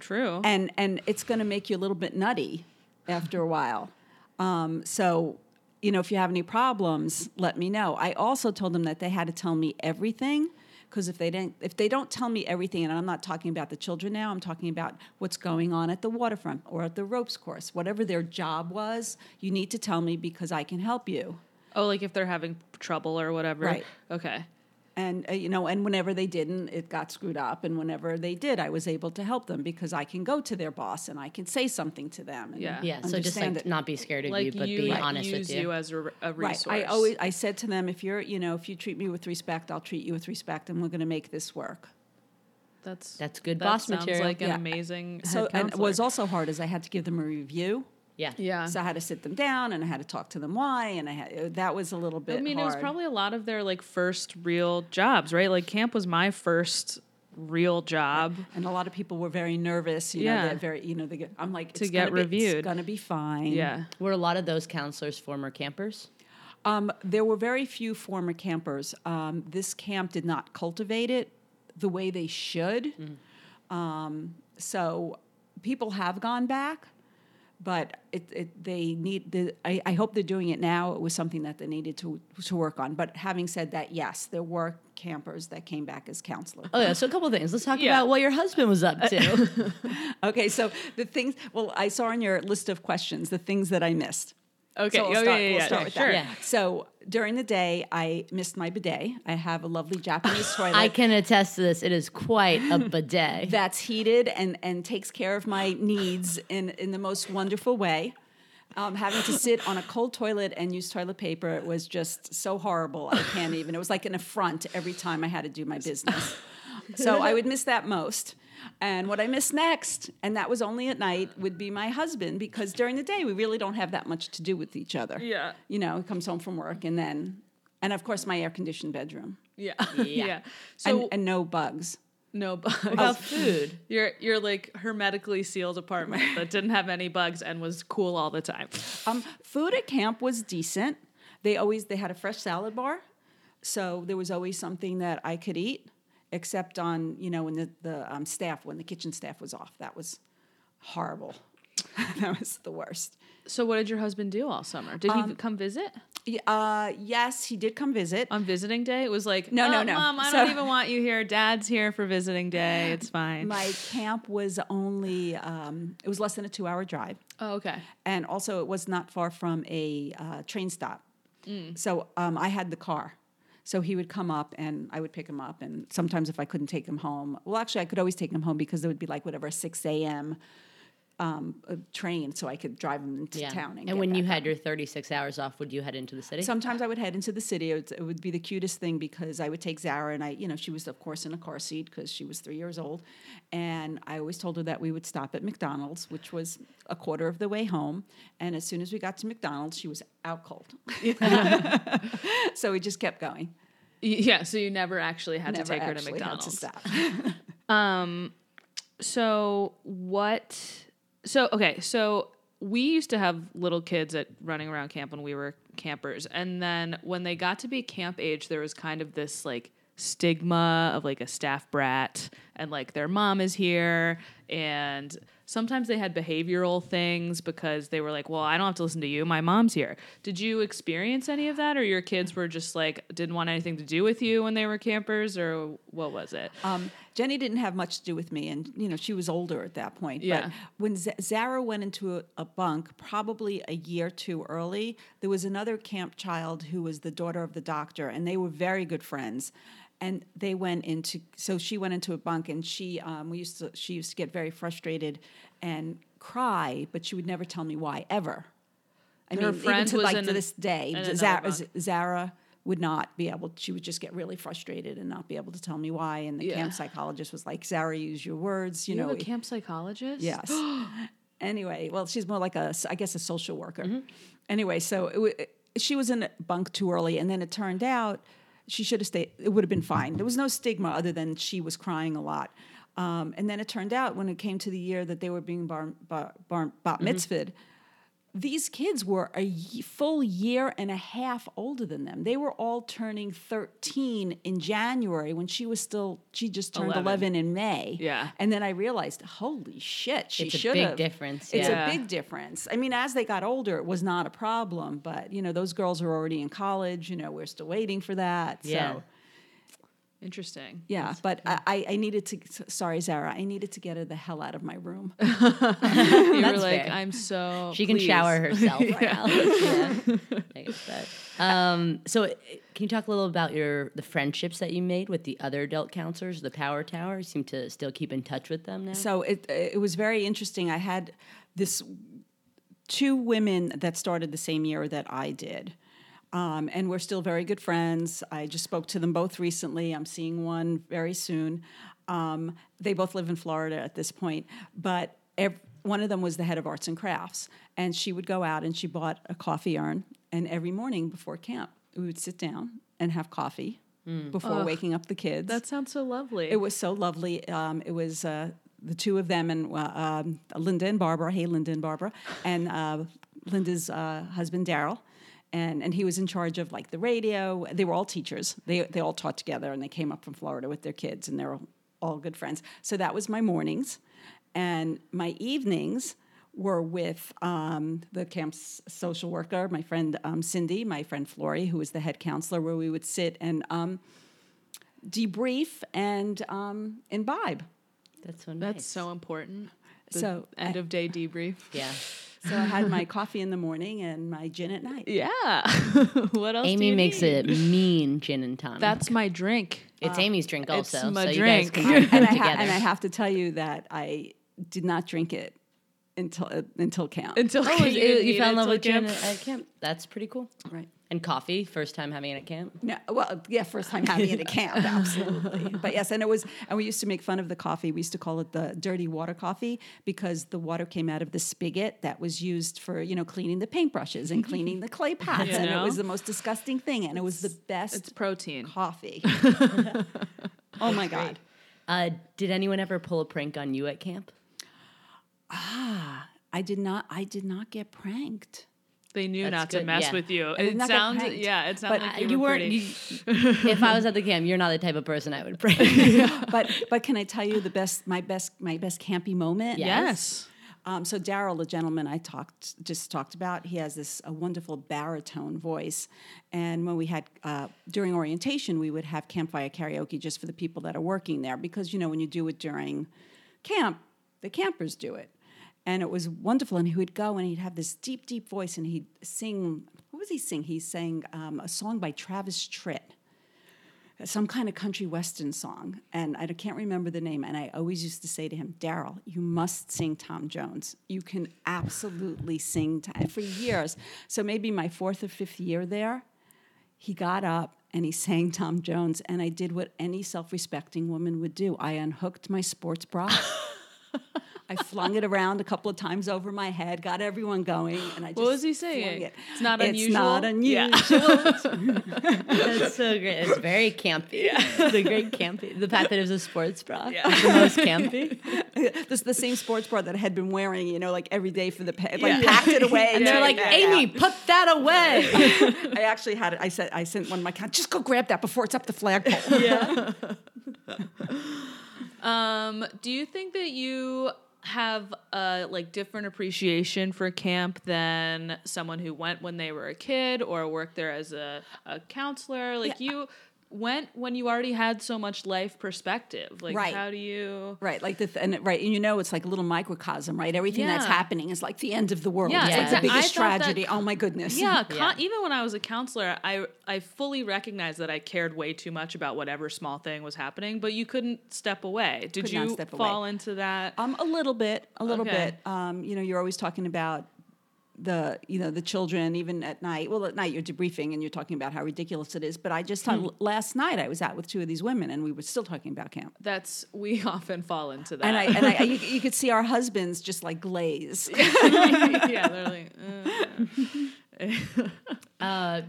Speaker 2: true
Speaker 4: And and it's going to make you a little bit nutty after a while. Um, so, you know, if you have any problems, let me know. I also told them that they had to tell me everything because if they didn't if they don't tell me everything and I'm not talking about the children now, I'm talking about what's going on at the waterfront or at the ropes course. Whatever their job was, you need to tell me because I can help you.
Speaker 2: oh like if they're having trouble or whatever
Speaker 4: Right.
Speaker 2: okay
Speaker 4: and uh, you know and whenever they didn't it got screwed up and whenever they did i was able to help them because i can go to their boss and i can say something to them and
Speaker 2: Yeah.
Speaker 1: Yeah. So just like
Speaker 4: understand it.
Speaker 1: not be scared of you,
Speaker 2: like
Speaker 1: but
Speaker 2: you
Speaker 1: be
Speaker 2: like,
Speaker 1: honest
Speaker 2: use
Speaker 1: with you.
Speaker 2: as a, re- a
Speaker 4: right
Speaker 2: resource
Speaker 4: i always i said to them if you're you know if you treat me with respect i'll treat you with respect and we're going to make this work
Speaker 2: That's
Speaker 1: That's good
Speaker 2: that
Speaker 1: boss
Speaker 2: sounds
Speaker 1: material.
Speaker 2: Like an
Speaker 4: Yeah.
Speaker 2: amazing.
Speaker 4: so
Speaker 2: head
Speaker 4: and it was
Speaker 2: counselor. Uh-huh.
Speaker 4: also hard is i had to give them a review
Speaker 1: yeah.
Speaker 2: yeah.
Speaker 4: so i had to sit them down and i had to talk to them why and i had uh, that was a little bit
Speaker 2: I mean, it
Speaker 4: hard.
Speaker 2: was probably a lot of their like first real jobs, right? Like camp was my first real job.
Speaker 4: and a lot of people were very nervous you know
Speaker 2: Yeah.
Speaker 4: they're very you know they get, i'm like
Speaker 2: To
Speaker 4: it's
Speaker 2: get
Speaker 4: gonna be-
Speaker 2: reviewed.
Speaker 4: it's going to be fine
Speaker 2: Yeah.
Speaker 1: Were a lot of those counselors former campers?
Speaker 4: Um, there were very few former campers. Um, this camp did not cultivate it. the way they should. Um, so people have gone back, but it, it, they need. The, I, I hope they're doing it now. It was something that they needed to to work on. But having said that, yes, there were campers that came back as counselors.
Speaker 1: Oh yeah, so a couple of things. Let's talk
Speaker 2: Yeah.
Speaker 1: about what your husband was up to.
Speaker 4: [LAUGHS] Okay, so the things. Well, I saw on your list of questions the things that I missed.
Speaker 2: Okay,
Speaker 4: so we'll
Speaker 2: oh,
Speaker 4: start,
Speaker 2: yeah, yeah,
Speaker 4: we'll
Speaker 2: yeah,
Speaker 4: start
Speaker 2: yeah,
Speaker 4: with
Speaker 2: sure.
Speaker 4: that.
Speaker 1: Yeah.
Speaker 4: So during the day, I missed my bidet. I have a lovely
Speaker 2: [SIGHS]
Speaker 4: Japanese toilet.
Speaker 1: I can attest to this. It is quite a bidet.
Speaker 4: that's heated and and takes care of my needs in in the most wonderful way. Um, having to sit on a cold toilet and use toilet paper was just so horrible. I can't even. It was like an affront every time I had to do my business. So I would miss that most. And what I miss next, and that was only at night, would be my husband because during the day we really don't have that much to do with each other.
Speaker 2: Yeah.
Speaker 4: You know, he comes home from work and then, and of course my air conditioned bedroom
Speaker 2: Yeah. [LAUGHS] Yeah.
Speaker 4: and,
Speaker 2: So
Speaker 4: and no bugs.
Speaker 2: no
Speaker 4: [LAUGHS]
Speaker 2: bugs.
Speaker 1: about
Speaker 2: [LAUGHS]
Speaker 1: food?
Speaker 2: Your your like hermetically sealed apartment
Speaker 4: [LAUGHS]
Speaker 2: that didn't have any bugs and was cool all the time.
Speaker 4: Um, food at camp was decent. They always they had a fresh salad bar, so there was always something that I could eat, except on you know when the the um, staff when the kitchen staff was off. That was horrible. [LAUGHS] that was the worst.
Speaker 2: So what did your husband do all summer? Did
Speaker 4: Um,
Speaker 2: he come visit
Speaker 4: Y- Uh, yes, he did come visit.
Speaker 2: on visiting day? It was like
Speaker 4: No, no,
Speaker 2: "Oh,
Speaker 4: no.
Speaker 2: Mom, I
Speaker 4: So-
Speaker 2: don't even want you here. Dad's here for visiting day. It's fine.
Speaker 4: My camp was only um, it was less than a two hour drive.
Speaker 2: oh, okay.
Speaker 4: and also it was not far from a uh, train stop. So um, I had the car. So he would come up and I would pick him up. And sometimes if I couldn't take him home, well, actually, I could always take him home because there would be like whatever, a 6 a.m. Um, uh train. So I could drive him into town. And,
Speaker 1: and when you
Speaker 4: had.
Speaker 1: had your 36 hours off, would you head into the city?
Speaker 4: Sometimes I would head into the city. It would, it would be the cutest thing because I would take Zara and I, you know, she was of course in a car seat because she was three years old, and I always told her that we would stop at McDonald's, which was a quarter of the way home. And as soon as we got to McDonald's, she was out cold. [LAUGHS] so we just kept going.
Speaker 2: Y- Yeah. So you never actually had
Speaker 4: Never
Speaker 2: to take her to
Speaker 4: actually had
Speaker 2: McDonald's.
Speaker 4: to stop.
Speaker 2: So what? So okay. So we used to have little kids at running around camp when we were campers, and then when they got to be camp age, there was kind of this like stigma of like a staff brat and like their mom is here and sometimes they had behavioral things because they were like well i don't have to listen to you my mom's here did you experience any of that or your kids were just like didn't want anything to do with you when they were campers or what was it
Speaker 4: Um, Jenny didn't have much to do with me, and you know she was older at that point.
Speaker 2: Yeah.
Speaker 4: But when Z- Zara went into a, a bunk, probably a year too early, there was another camp child who was the daughter of the doctor, and they were very good friends. And they went into so she went into a bunk, and she um, we used to she used to get very frustrated and cry, but she would never tell me why ever. I
Speaker 2: Her
Speaker 4: mean, even
Speaker 2: friend
Speaker 4: to
Speaker 2: was
Speaker 4: like
Speaker 2: in
Speaker 4: to
Speaker 2: an-
Speaker 4: this day,
Speaker 2: in another
Speaker 4: Zara,
Speaker 2: bunk.
Speaker 4: Zara would not be able. She would just get really frustrated and not be able to tell me why. And the
Speaker 2: Yeah.
Speaker 4: camp psychologist was like, "Zara, use your words." You
Speaker 2: you
Speaker 4: know,
Speaker 2: have a camp psychologist
Speaker 4: yes. anyway, well, she's more like a, I guess, a social worker. Anyway, so it, wa- she was in a bunk too early, and then it turned out she should have stayed. It would have been fine. There was no stigma other than she was crying a lot. Um, and then it turned out when it came to the year that they were being bar, bar, bar, bat mitzvahed, these kids were a ye- full year and a half older than them. They were all turning 13 in January when she was still, she just turned 11,
Speaker 2: 11.
Speaker 4: in May.
Speaker 2: Yeah.
Speaker 4: And then I realized, holy shit, she
Speaker 1: It's a
Speaker 4: should
Speaker 1: big
Speaker 4: have.
Speaker 1: difference,
Speaker 4: It's
Speaker 2: yeah.
Speaker 4: a big difference. I mean, as they got older, it was not a problem, but you know, those girls are already in college. You know, we're still waiting for that.
Speaker 1: Yeah.
Speaker 4: So,
Speaker 2: Interesting.
Speaker 4: yeah. But I, I- I needed to, sorry, Zara, I needed to get her the hell out of my room.
Speaker 2: You were
Speaker 1: [LAUGHS] That's
Speaker 2: like,
Speaker 1: fair.
Speaker 2: I'm so.
Speaker 1: she can
Speaker 2: pleased.
Speaker 1: shower herself
Speaker 4: [LAUGHS]
Speaker 1: right now. Yeah. [LAUGHS] I guess that. Um, so, uh, can you talk a little about your the friendships that you made with the other adult counselors, the Power Tower? You seem to still keep in touch with them now.
Speaker 4: So it it was very interesting. I had this two women that started the same year that I did. Um, and we're still very good friends. I just spoke to them both recently. I'm seeing one very soon. Um, they both live in Florida at this point, but ev- one of them was the head of arts and crafts, and she would go out and she bought a coffee urn. And every morning before camp, we would sit down and have coffee before waking up the kids.
Speaker 2: That sounds so lovely.
Speaker 4: It was so lovely. Um, it was uh, the two of them and uh, um, Linda and Barbara. Hey, Linda and Barbara, and uh, Linda's uh, husband Daryl, and and he was in charge of like the radio. They were all teachers. They they all taught together, and they came up from Florida with their kids, and they were all good friends. So that was my mornings, and my evenings were with um, the camp's social worker, my friend um, Cindy, my friend Flory, who was the head counselor, where we would sit and um, debrief and um, imbibe.
Speaker 1: That's so nice.
Speaker 2: That's so important. The
Speaker 4: [LAUGHS] So,
Speaker 2: end
Speaker 4: I-
Speaker 2: of day debrief.
Speaker 4: [LAUGHS]
Speaker 1: yeah.
Speaker 4: So I had my coffee in the morning and my gin at night.
Speaker 2: [LAUGHS] Yeah. what else? do
Speaker 1: Amy
Speaker 2: you
Speaker 1: makes
Speaker 2: need?
Speaker 1: a mean gin and tonic.
Speaker 2: That's my drink.
Speaker 1: it's
Speaker 4: uh,
Speaker 1: Amy's drink also.
Speaker 2: my
Speaker 1: so
Speaker 2: drink.
Speaker 4: [LAUGHS]
Speaker 1: you guys can
Speaker 4: and,
Speaker 1: all
Speaker 4: I
Speaker 1: come [LAUGHS]
Speaker 4: ha-
Speaker 1: together.
Speaker 4: and I have to tell you that I did not drink it until uh, until camp.
Speaker 2: Until [LAUGHS]
Speaker 1: oh, you,
Speaker 2: didn't
Speaker 1: you
Speaker 2: need
Speaker 1: fell
Speaker 2: it
Speaker 1: in love
Speaker 2: till
Speaker 1: with gin
Speaker 2: camp.
Speaker 1: at at camp. That's pretty cool.
Speaker 4: right.
Speaker 1: And coffee, first time having it at camp.
Speaker 4: No, well, yeah, first time
Speaker 2: [LAUGHS]
Speaker 4: having it at camp, absolutely. But yes, and it was, and we used to make fun of the coffee. We used to call it the dirty water coffee because the water came out of the spigot that was used for, you know, cleaning the
Speaker 2: [LAUGHS]
Speaker 4: paintbrushes and cleaning the clay pots,
Speaker 2: You
Speaker 4: and
Speaker 2: know?
Speaker 4: it was the most disgusting thing, and it was the
Speaker 2: It's
Speaker 4: best
Speaker 2: protein.
Speaker 4: [LAUGHS] coffee. oh my god!
Speaker 1: Uh, did anyone ever pull a prank on you at
Speaker 4: [LAUGHS]
Speaker 1: camp?
Speaker 4: I did not, I did not get [LAUGHS] pranked.
Speaker 2: They knew
Speaker 1: That's
Speaker 2: not to
Speaker 1: good,
Speaker 2: mess
Speaker 1: yeah.
Speaker 2: with you.
Speaker 4: did
Speaker 2: It
Speaker 4: not get
Speaker 2: sounds
Speaker 4: pranked.
Speaker 2: yeah, it sounds
Speaker 4: But
Speaker 2: like
Speaker 1: you,
Speaker 2: you, were
Speaker 1: weren't.
Speaker 2: pretty-
Speaker 1: you- if I was at the camp, you're not the type of person I would prank.
Speaker 4: [LAUGHS] But but can I tell you the best, my best, my best campy moment?
Speaker 1: Yeah.
Speaker 2: yes.
Speaker 4: Um, so Daryl, the gentleman I talked just talked about, he has this a wonderful baritone voice, and when we had uh, during orientation, we would have campfire karaoke just for the people that are working there because you know when you do it during camp, the campers do it, and it was wonderful. And he would go and he'd have this deep, deep voice, and he'd sing. What was he sing? He sang um, a song by Travis Tritt some kind of country western song, and I can't remember the name. And I always used to say to him, Daryl, you must sing Tom Jones. You can absolutely sing Tom. For years, so maybe my fourth or fifth year there, he got up and he sang Tom Jones, and I did what any self-respecting woman would do. I unhooked my sports bra. I flung it around a couple of times over my head, got everyone going, and I just
Speaker 2: What was he
Speaker 4: flung
Speaker 2: saying?
Speaker 4: it.
Speaker 2: It's not
Speaker 4: It's not
Speaker 2: unusual? Yeah.
Speaker 4: unusual.
Speaker 1: That's so great. It's very campy. [LAUGHS] The great campy. The fact that it was a sports bra. is [LAUGHS] The most campy.
Speaker 4: this the same sports bra that I had been wearing, you know, like every day for the pa- like
Speaker 2: Yeah.
Speaker 4: packed it away.
Speaker 1: And they're
Speaker 4: took
Speaker 1: like,
Speaker 4: it back
Speaker 1: Amy,
Speaker 4: out.
Speaker 1: put that away.
Speaker 4: I actually had it. I said, I sent one of my con- just go grab that before it's up the flagpole.
Speaker 2: [LAUGHS] Um, do you think that you have a like different appreciation for camp than someone who went when they were a kid or worked there as a, a counselor? Like you went when you already had so much life perspective. Like
Speaker 4: Right.
Speaker 2: how do you
Speaker 4: right, like the th- and right, and you know, it's like a little microcosm, right? Everything that's
Speaker 2: Yeah.
Speaker 4: happening is like the end of the world.
Speaker 2: Yeah,
Speaker 4: it's like
Speaker 1: exact-
Speaker 4: the
Speaker 2: I
Speaker 4: biggest
Speaker 2: thought that-
Speaker 4: tragedy. oh my goodness.
Speaker 2: Yeah, con-
Speaker 1: Yeah.
Speaker 2: even when I was a counselor, I I fully recognized that I cared way too much about whatever small thing was happening, but you couldn't step away. Did
Speaker 4: Could not
Speaker 2: you
Speaker 4: step away.
Speaker 2: fall into that?
Speaker 4: Um, a little bit, a little
Speaker 2: Okay.
Speaker 4: bit. Um, you know, you're always talking about the, you know, the children, even at night. Well, at night you're debriefing and you're talking about how ridiculous it is. But I just
Speaker 2: Hmm.
Speaker 4: thought last night I was out with two of these women and we were still talking about camp.
Speaker 2: That's we [LAUGHS] often fall into that.
Speaker 4: And I, and I,
Speaker 1: [LAUGHS]
Speaker 4: you, you could see our husbands just like glaze.
Speaker 2: [LAUGHS] yeah, they're like, uh.
Speaker 1: Uh,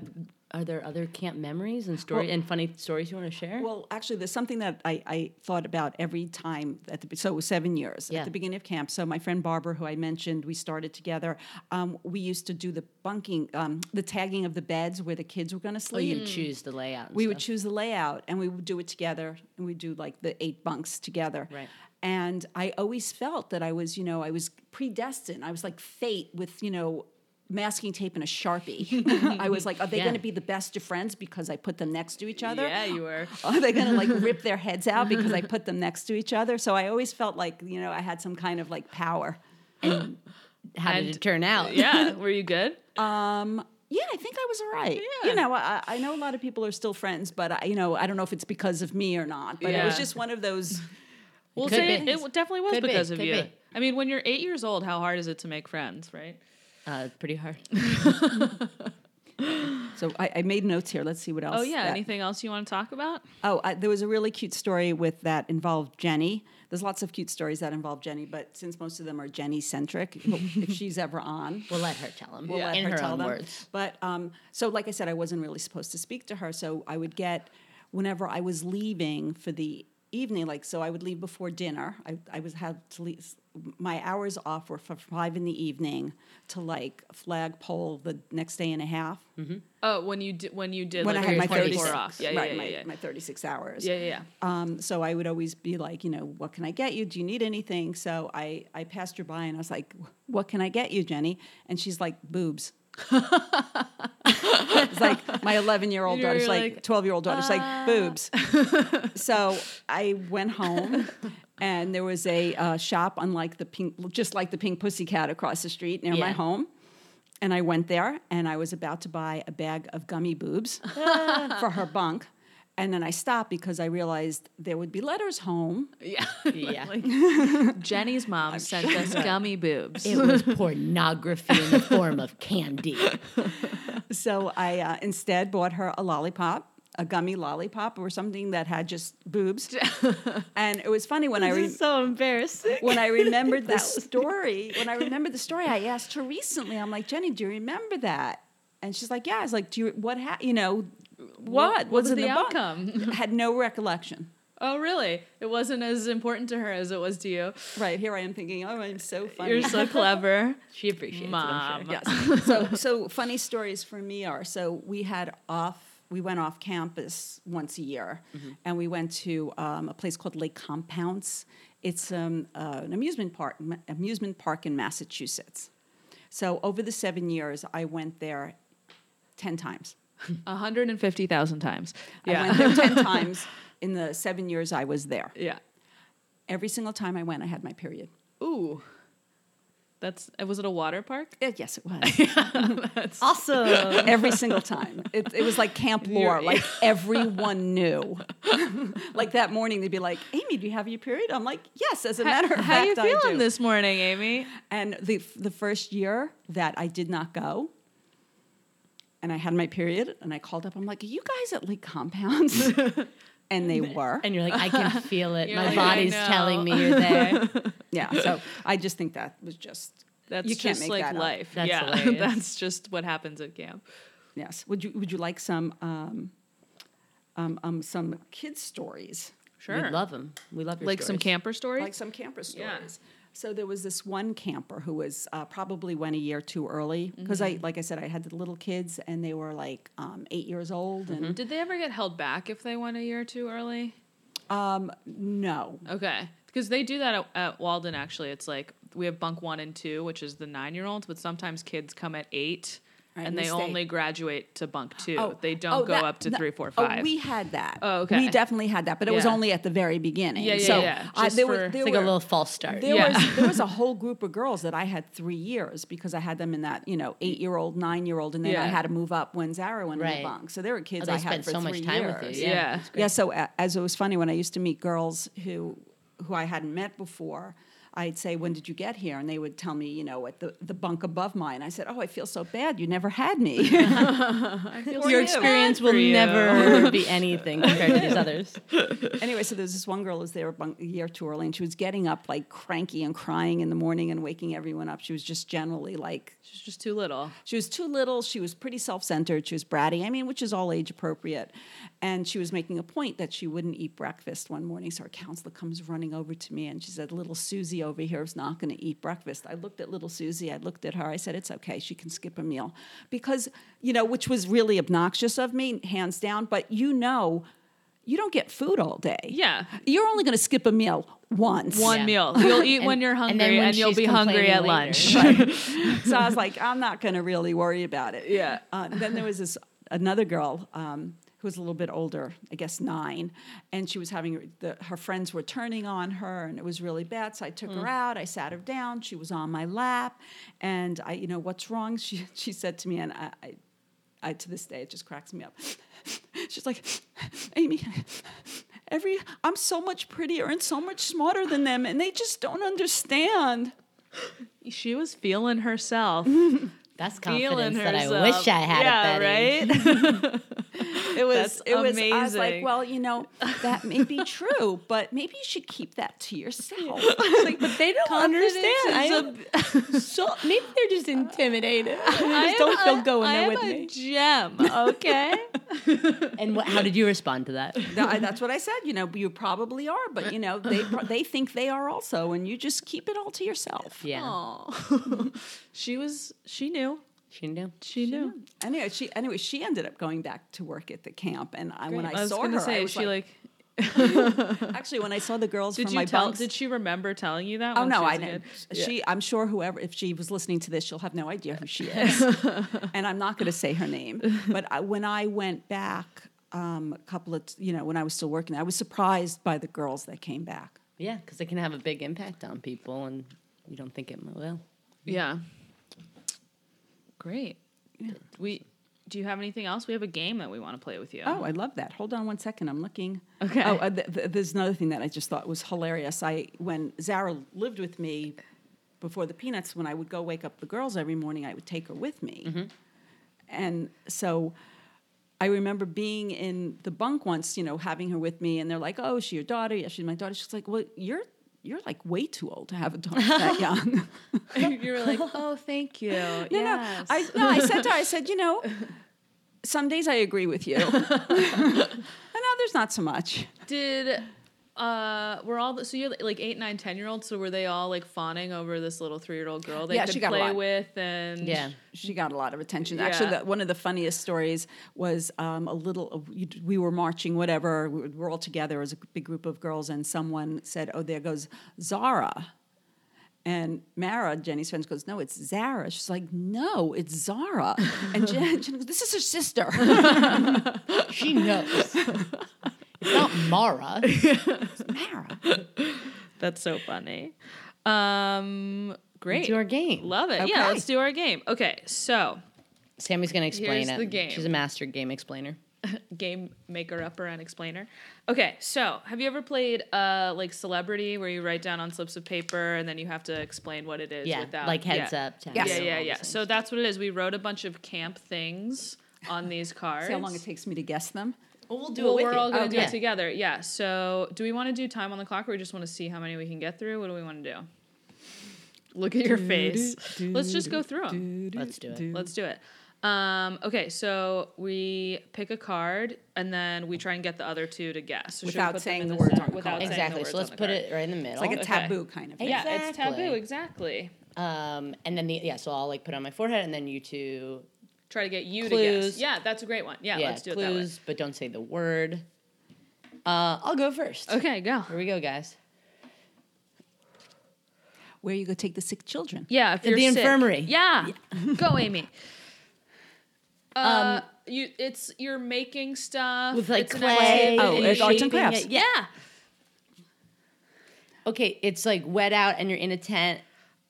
Speaker 1: are there other camp memories and story and funny stories you want to share?
Speaker 4: Well, actually, there's something that I, I thought about every time at the be- so it was seven years
Speaker 1: Yeah.
Speaker 4: at the beginning of camp. So my friend Barbara, who I mentioned, we started together. Um, we used to do the bunking, um, the tagging of the beds where the kids were going to
Speaker 1: oh,
Speaker 4: sleep.
Speaker 1: you choose the layout. and
Speaker 4: mm. we
Speaker 1: stuff.
Speaker 4: would choose the layout and we would do it together and we'd do like the eight bunks together
Speaker 1: Right.
Speaker 4: and i always felt that i was you know i was predestined i was like fate with you know masking tape and
Speaker 1: [LAUGHS]
Speaker 4: a sharpie i was like are they
Speaker 1: Yeah.
Speaker 4: going to be the best of friends because i put them next to each other
Speaker 2: yeah, you [LAUGHS] were.
Speaker 4: are they going to like rip their heads out because
Speaker 1: [LAUGHS]
Speaker 4: i put them next to each other so i always felt like you know i had some kind of like power
Speaker 1: How did
Speaker 2: and-
Speaker 1: it turn out?
Speaker 2: [LAUGHS] Yeah, were you good?
Speaker 4: Um, Yeah, I think I was all right.
Speaker 2: Yeah.
Speaker 4: You know, I, I know a lot of people are still friends, but I, you know, I don't know if it's because of me or not. But it was
Speaker 2: Yeah.
Speaker 4: just one of those.
Speaker 2: Well,
Speaker 1: could
Speaker 2: say
Speaker 1: be.
Speaker 2: it, it definitely was
Speaker 1: Could be,
Speaker 2: because of
Speaker 1: could
Speaker 2: you.
Speaker 1: be.
Speaker 2: I mean, when you're eight years old, how hard is it to make friends, right?
Speaker 1: Uh, pretty hard.
Speaker 4: So I, I made notes here. Let's see what else.
Speaker 2: Oh yeah.
Speaker 4: that-
Speaker 2: Anything else you want to talk about?
Speaker 4: Oh, I, there was a really cute story with that involved Jenny. There's lots of cute stories that involve Jenny, but since most of them are Jenny centric, if she's ever on,
Speaker 1: We'll let her tell him.
Speaker 4: we'll let
Speaker 1: in
Speaker 4: her,
Speaker 1: her,
Speaker 4: tell
Speaker 1: own
Speaker 4: them. [LAUGHS]
Speaker 1: words.
Speaker 4: But um, so, like I said, I wasn't really supposed to speak to her, so I would get whenever I was leaving for the evening, like so, I would leave before dinner. I, I was had to leave. My hours off were from five in the evening to like flagpole the next day and a half.
Speaker 2: Oh, when you did when you did
Speaker 4: When
Speaker 2: like
Speaker 4: I had
Speaker 2: your
Speaker 4: my
Speaker 2: 24
Speaker 4: 36,
Speaker 2: off. Yeah, yeah,
Speaker 4: right,
Speaker 2: yeah,
Speaker 4: my,
Speaker 2: yeah.
Speaker 4: my 36 hours.
Speaker 2: yeah, yeah, yeah.
Speaker 4: Um, so I would always be like, you know, what can I get you? Do you need anything? So I, I passed her by and I was like, what can I get you, Jenny? And she's like, boobs. [LAUGHS] it's like my 11 year old
Speaker 2: You were
Speaker 4: daughter's
Speaker 2: like,
Speaker 4: like 12 year old daughter's like boobs. so I went home and there was a uh, shop unlike the pink, just like the pink pussycat across the street near my
Speaker 1: Yeah.
Speaker 4: home. And I went there and I was about to buy a bag of gummy boobs for her bunk. And then I stopped because I realized there would be letters home.
Speaker 1: Yeah.
Speaker 2: [LAUGHS] Jenny's mom sent us gummy boobs.
Speaker 1: It was pornography in the form of candy.
Speaker 4: So I uh, instead bought her a lollipop, a gummy lollipop or something that had just boobs. and it was funny when I re-
Speaker 1: so embarrassing.
Speaker 2: [LAUGHS]
Speaker 4: when I remembered the story, when I remembered the story, I asked her recently. I'm like, "Jenny, do you remember that?" And she's like, "Yeah." I was like, "Do you what ha- you know what,
Speaker 2: what
Speaker 4: was,
Speaker 2: was
Speaker 4: in
Speaker 2: the
Speaker 4: the, book?"
Speaker 2: outcome?
Speaker 4: Had no recollection.
Speaker 2: Oh, really? It wasn't as important to her as it was to you.
Speaker 4: Right here, I am thinking, "Oh, I'm so funny."
Speaker 2: You're so [LAUGHS] clever.
Speaker 1: She appreciates it. I'm
Speaker 2: Mom.
Speaker 1: sure.
Speaker 4: Yes. Um, so, so funny stories for me are so we had off. We went off campus once a year, and we went to um, a place called Lake Compounds. It's um, uh, an amusement park, m- amusement park in Massachusetts. So over the seven years, I went there ten times.
Speaker 2: 150,000 times.
Speaker 4: I
Speaker 2: Yeah.
Speaker 4: went there ten times in the seven years I was there. [LAUGHS]
Speaker 2: Yeah.
Speaker 4: Every single time I went, I had my period.
Speaker 2: Ooh. That's uh, was it a water park?
Speaker 4: Eh, yes, it
Speaker 2: [LAUGHS]
Speaker 4: was. [LAUGHS]
Speaker 1: Awesome.
Speaker 4: every single time. It, it was like camp
Speaker 2: [LAUGHS]
Speaker 4: lore. Like everyone knew. [LAUGHS] like that morning, they'd be like, "Amy, do you have your period?" I'm like, "Yes." As a matter of
Speaker 2: How you
Speaker 4: fact, I
Speaker 2: feeling
Speaker 4: do."
Speaker 2: this morning, Amy?
Speaker 4: And the the first year that I did not go, and I had my period, and I called up. I'm like, "Are you guys at
Speaker 2: [LAUGHS]
Speaker 4: Lake Compounds?" and they were.
Speaker 1: And you're like, I can feel it.
Speaker 2: You're
Speaker 1: My
Speaker 2: like, I
Speaker 1: body's
Speaker 2: know.
Speaker 1: telling me you're there.
Speaker 4: yeah. So I just think that was just
Speaker 2: That's
Speaker 4: you can't
Speaker 2: just
Speaker 4: make
Speaker 2: like
Speaker 4: that up.
Speaker 2: life.
Speaker 1: That's
Speaker 2: yeah. [LAUGHS]
Speaker 1: hilarious.
Speaker 2: That's just what happens at camp.
Speaker 4: Yes. Would you Would you like some um, um, um some kids stories?
Speaker 2: Sure.
Speaker 1: We love them. We love your
Speaker 2: like some
Speaker 1: stories.
Speaker 2: camper stories.
Speaker 4: Like some camper stories.
Speaker 2: Yeah.
Speaker 4: So there was this one camper who was uh, probably went a year too early because I,
Speaker 2: Mm-hmm.
Speaker 4: like I said, I had the little kids and they were like um, eight years old and
Speaker 2: Did they ever get held back if they went a year too early? Mm-hmm.
Speaker 4: um, no,
Speaker 2: Okay. Because they do that at, at Walden, actually. It's like we have bunk one and two, which is the nine year olds, but sometimes kids come at eight
Speaker 4: Right,
Speaker 2: and they
Speaker 4: mistake.
Speaker 2: only graduate to bunk two.
Speaker 4: Oh,
Speaker 2: they don't
Speaker 4: oh,
Speaker 2: go
Speaker 4: that-
Speaker 2: up to
Speaker 4: no,
Speaker 2: three, four,
Speaker 4: oh,
Speaker 2: five.
Speaker 4: we had that.
Speaker 2: Oh, okay.
Speaker 4: We definitely had that, but it was
Speaker 2: Yeah.
Speaker 4: only at the very beginning.
Speaker 2: Yeah, yeah,
Speaker 4: so,
Speaker 2: yeah.
Speaker 4: I-
Speaker 2: Just
Speaker 4: there
Speaker 2: for-
Speaker 4: were,
Speaker 2: it's
Speaker 4: there
Speaker 1: Like a
Speaker 4: were-
Speaker 1: little false start.
Speaker 4: There
Speaker 2: Yeah.
Speaker 4: was there
Speaker 2: [LAUGHS]
Speaker 4: was a whole group of girls that I had three years because I had them in that you know eight year old, nine year old, and then
Speaker 2: Yeah.
Speaker 4: I had to move up when Zara went in
Speaker 1: Right.
Speaker 4: the bunk. So there were kids
Speaker 1: Oh, they
Speaker 4: I had
Speaker 1: spent
Speaker 4: for
Speaker 1: so
Speaker 4: three
Speaker 1: much time
Speaker 4: years.
Speaker 1: with you.
Speaker 2: yeah.
Speaker 1: Yeah.
Speaker 4: Yeah. So a- as it was funny when I used to meet girls who who I hadn't met before, I'd say, "When did you get here?" And they would tell me, you know, at the the bunk above mine. I said, "Oh, I feel so bad. You never had me." [LAUGHS]
Speaker 1: Your experience will
Speaker 2: for you. [LAUGHS]
Speaker 1: never be anything compared to these others.
Speaker 4: anyway, so there's this one girl who was there a, bunk, a year too early, and she was getting up like cranky and crying in the morning and waking everyone up. She was just generally like
Speaker 2: She's just too little.
Speaker 4: She was too little. She was pretty self centered. She was bratty, I mean, which is all age appropriate. And she was making a point that she wouldn't eat breakfast one morning. So our counselor comes running over to me and she said, Little Susie over here is not going to eat breakfast. I looked at little Susie. I looked at her. I said, It's okay. She can skip a meal. Because, you know, which was really obnoxious of me, hands down. But you know, you don't get food all day.
Speaker 2: Yeah.
Speaker 4: You're only going to skip a meal once.
Speaker 2: One
Speaker 1: Yeah.
Speaker 2: meal.
Speaker 1: [LAUGHS]
Speaker 2: You'll eat
Speaker 1: And-
Speaker 2: [LAUGHS] when you're
Speaker 1: and then
Speaker 2: hungry and,
Speaker 1: when
Speaker 2: you'll
Speaker 1: she's
Speaker 2: be hungry
Speaker 1: complaining
Speaker 2: at
Speaker 1: later.
Speaker 2: lunch. [LAUGHS]
Speaker 4: [LAUGHS] so I was like, I'm not going to really worry about it.
Speaker 2: Yeah.
Speaker 4: Uh, then there was this another girl um, who was a little bit older, I guess nine, and she was having the, her friends were turning on her, and it was really bad. So I took her out. I sat her down. She was on my lap, and I, you know, what's wrong? She she said to me, and I. I I, to this day, it just cracks me up. [LAUGHS] She's like, Amy, every I'm so much prettier and so much smarter than them, and they just don't understand.
Speaker 2: She was feeling herself. [LAUGHS]
Speaker 1: That's
Speaker 2: feeling
Speaker 1: confidence that I
Speaker 2: herself.
Speaker 1: wish I had
Speaker 2: yeah,
Speaker 1: at that age.
Speaker 2: right?
Speaker 4: [LAUGHS] It was
Speaker 2: That's
Speaker 4: it was I was
Speaker 2: amazing.
Speaker 4: like, well, you know, that
Speaker 2: [LAUGHS]
Speaker 4: may be true, but maybe you should keep that to yourself.
Speaker 1: Like, but they don't
Speaker 2: Confidence
Speaker 1: understand. I am so maybe they're [LAUGHS] just intimidated.
Speaker 2: [LAUGHS]
Speaker 1: I just don't feel going
Speaker 2: I
Speaker 1: there
Speaker 2: am
Speaker 1: with
Speaker 2: a
Speaker 1: me.
Speaker 2: gem, okay?
Speaker 1: And what, how did you respond to
Speaker 2: [LAUGHS]
Speaker 1: that?
Speaker 4: No, I- that's what I said. You know, you probably are, but you know, they pro- they think they are also, and you just keep it all to yourself.
Speaker 1: Yeah,
Speaker 2: Aw. [LAUGHS] she was, she knew.
Speaker 1: she knew.
Speaker 2: She, knew.
Speaker 4: Anyway, she anyway she ended up going back to work at the camp, and I, when I,
Speaker 2: I was
Speaker 4: saw
Speaker 2: gonna
Speaker 4: her,
Speaker 2: say,
Speaker 4: I was
Speaker 2: she like,
Speaker 4: [LAUGHS] actually when I saw the
Speaker 2: [LAUGHS]
Speaker 4: girls
Speaker 2: did
Speaker 4: from
Speaker 2: you
Speaker 4: my
Speaker 2: tell?
Speaker 4: bunks-
Speaker 2: Did she remember telling you that?
Speaker 4: Oh
Speaker 2: when she
Speaker 4: no,
Speaker 2: was
Speaker 4: I
Speaker 2: a kid?
Speaker 4: didn't. She, I'm sure whoever, if she was listening to this, she'll have no idea who she
Speaker 2: [LAUGHS]
Speaker 4: is, and I'm not going to say her name. But I, when I went back um, a couple of, t- you know, when I was still working, I was surprised by the girls that came back.
Speaker 1: Yeah, because it can have a big impact on people, and you don't think it will.
Speaker 2: Yeah. Great. We. Do you have anything else? We have a game that we want to play with you.
Speaker 4: Oh, I love that. Hold on one second. I'm looking.
Speaker 2: Okay.
Speaker 4: Oh, uh, th- th- there's another thing that I just thought was hilarious. I when Zara lived with me before the Peanuts, when I would go wake up the girls every morning, I would take her with me,
Speaker 2: Mm-hmm.
Speaker 4: and so. I remember being in the bunk once, you know, having her with me, and they're like, "Oh, is she your daughter? Yeah, she's my daughter." She's like, "Well, you're you're like way too old to have a daughter
Speaker 2: [LAUGHS]
Speaker 4: that young." [LAUGHS]
Speaker 2: you were like, oh, thank you. No,
Speaker 4: No,
Speaker 2: yes.
Speaker 4: no. I, no, I said to her, I said, you
Speaker 2: [LAUGHS]
Speaker 4: know, some days I agree with you. [LAUGHS] and others not so much.
Speaker 2: Did uh were all the, so you're like eight, nine, ten year olds, so were they all like fawning over this little three year old girl they
Speaker 4: Yeah,
Speaker 2: could
Speaker 4: she got a
Speaker 2: play
Speaker 4: lot.
Speaker 2: with and
Speaker 1: Yeah.
Speaker 4: She got a lot of attention.
Speaker 2: Yeah.
Speaker 4: Actually, the, one of the funniest stories was um, a little, we were marching, whatever, we were all together as a big group of girls, and someone said, oh, there goes Zara. And Mara, Jenny's friend, goes, No, it's Zara. She's like, No, it's Zara.
Speaker 2: [LAUGHS]
Speaker 4: And Jen, Jen goes, This is her sister.
Speaker 1: She
Speaker 2: [LAUGHS]
Speaker 1: knows. it's not Mara.
Speaker 4: Mara.
Speaker 2: That's so funny. Um great.
Speaker 1: It's your game.
Speaker 2: Love it. Yeah,
Speaker 4: Okay.
Speaker 2: let's do our game. Okay, so
Speaker 1: Sammy's gonna explain
Speaker 2: Here's
Speaker 1: it.
Speaker 2: the game.
Speaker 1: She's a master game explainer.
Speaker 2: game maker upper and explainer. Okay, so have you ever played uh like celebrity where you write down on slips of paper and then you have to explain what it is
Speaker 1: Yeah,
Speaker 2: without
Speaker 1: like heads
Speaker 2: yeah.
Speaker 1: up. Yes.
Speaker 4: Yes.
Speaker 2: Yeah, yeah, yeah. So that's what it is. We wrote a bunch of camp things on these cards.
Speaker 4: [LAUGHS] See how long it takes me to guess them?
Speaker 1: we'll do
Speaker 2: Well, we're all
Speaker 4: Oh,
Speaker 2: going to do
Speaker 1: yeah.
Speaker 2: it together. Yeah. So, do we want to do time on the clock, or we just want to see how many we can get through? What do we want to do? Look at your face. Let's just go through them.
Speaker 1: Let's do it.
Speaker 2: Let's do it. Um, okay, so we pick a card, and then we try and get the other two to guess. So should we
Speaker 4: Without
Speaker 2: put them
Speaker 4: saying
Speaker 2: in
Speaker 4: the words
Speaker 2: set-
Speaker 4: on the
Speaker 2: without
Speaker 4: card.
Speaker 2: saying the
Speaker 1: Exactly.
Speaker 2: words
Speaker 1: So let's
Speaker 2: on the
Speaker 1: put
Speaker 2: card.
Speaker 1: it right in the middle.
Speaker 4: It's like a
Speaker 2: Okay.
Speaker 4: taboo kind of thing.
Speaker 2: Yeah, it's
Speaker 1: Exactly.
Speaker 2: taboo. Exactly.
Speaker 1: Um, and then the yeah, so I'll like put it on my forehead, and then you two,
Speaker 2: Try to get you to guess.
Speaker 1: Clues.
Speaker 2: Yeah, that's a great one. Yeah,
Speaker 1: yeah,
Speaker 2: let's do it
Speaker 1: clues, but don't say the word. Uh, I'll go first.
Speaker 2: that way. Okay, go.
Speaker 1: Here we go, guys.
Speaker 4: Where you go take the sick children?
Speaker 2: Yeah, if
Speaker 1: At
Speaker 2: you're
Speaker 1: the
Speaker 2: sick.
Speaker 1: infirmary.
Speaker 2: Yeah, go,
Speaker 1: [LAUGHS]
Speaker 2: Amy. Uh, you, it's you're making stuff
Speaker 1: Um, With like
Speaker 2: it's an
Speaker 1: clay.
Speaker 2: activity.
Speaker 4: Oh,
Speaker 1: and
Speaker 4: it's arts and
Speaker 1: shaping
Speaker 4: crafts.
Speaker 1: it. Yeah.
Speaker 2: yeah.
Speaker 1: Okay, it's like wet out, and you're in a tent.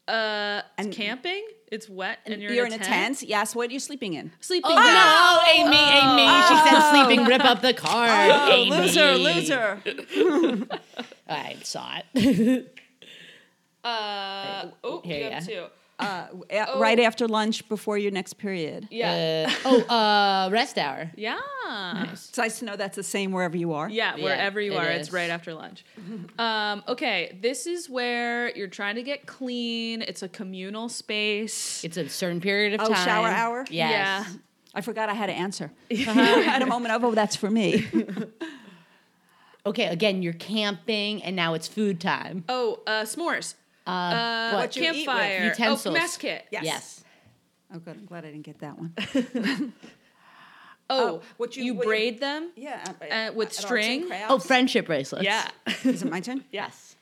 Speaker 2: Uh, it's camping. It's wet, and, you're, in a tent.
Speaker 4: Yes. What are you sleeping in?
Speaker 2: Sleeping.
Speaker 1: Oh, No, Oh! Amy, Amy. She said sleeping. Rip up the card.
Speaker 2: Oh,
Speaker 1: Amy. I saw it. [LAUGHS]
Speaker 2: Uh, oh,
Speaker 1: Here,
Speaker 2: you
Speaker 1: yeah.
Speaker 2: have two.
Speaker 4: Uh, a- Right after lunch, before your next period.
Speaker 2: Oh. Yeah,
Speaker 1: Uh, oh, uh, rest hour.
Speaker 2: yeah,
Speaker 4: It's nice to know that's the same wherever you are.
Speaker 2: yeah.
Speaker 1: Yeah,
Speaker 2: Wherever you
Speaker 1: it
Speaker 2: are, it's
Speaker 1: is.
Speaker 2: right after
Speaker 4: [LAUGHS]
Speaker 2: lunch. um, okay, this is where you're trying to get clean. It's a communal space.
Speaker 1: It's a certain period of
Speaker 4: Oh,
Speaker 1: time.
Speaker 4: shower hour?
Speaker 1: Yes.
Speaker 2: Yeah.
Speaker 4: I forgot I had
Speaker 2: [LAUGHS]
Speaker 4: an answer. [LAUGHS] I had a moment of, oh, that's for me.
Speaker 1: Okay, again, you're camping, and now it's food time.
Speaker 2: Oh, uh, s'mores. Uh,
Speaker 1: Um, what
Speaker 4: Um, you eat with.
Speaker 2: campfire. Oh,
Speaker 1: Utensils.
Speaker 2: mess kit.
Speaker 4: Yes.
Speaker 1: yes.
Speaker 4: Oh, good. I'm glad I didn't get
Speaker 2: [LAUGHS]
Speaker 4: that one.
Speaker 2: Oh,
Speaker 4: Oh, what you-
Speaker 2: you
Speaker 4: what you-
Speaker 2: braid them?
Speaker 4: Yeah.
Speaker 2: Uh, with string?
Speaker 1: Oh, friendship bracelets.
Speaker 2: Yeah.
Speaker 4: Is it
Speaker 2: [LAUGHS]
Speaker 4: my turn?
Speaker 1: Yes.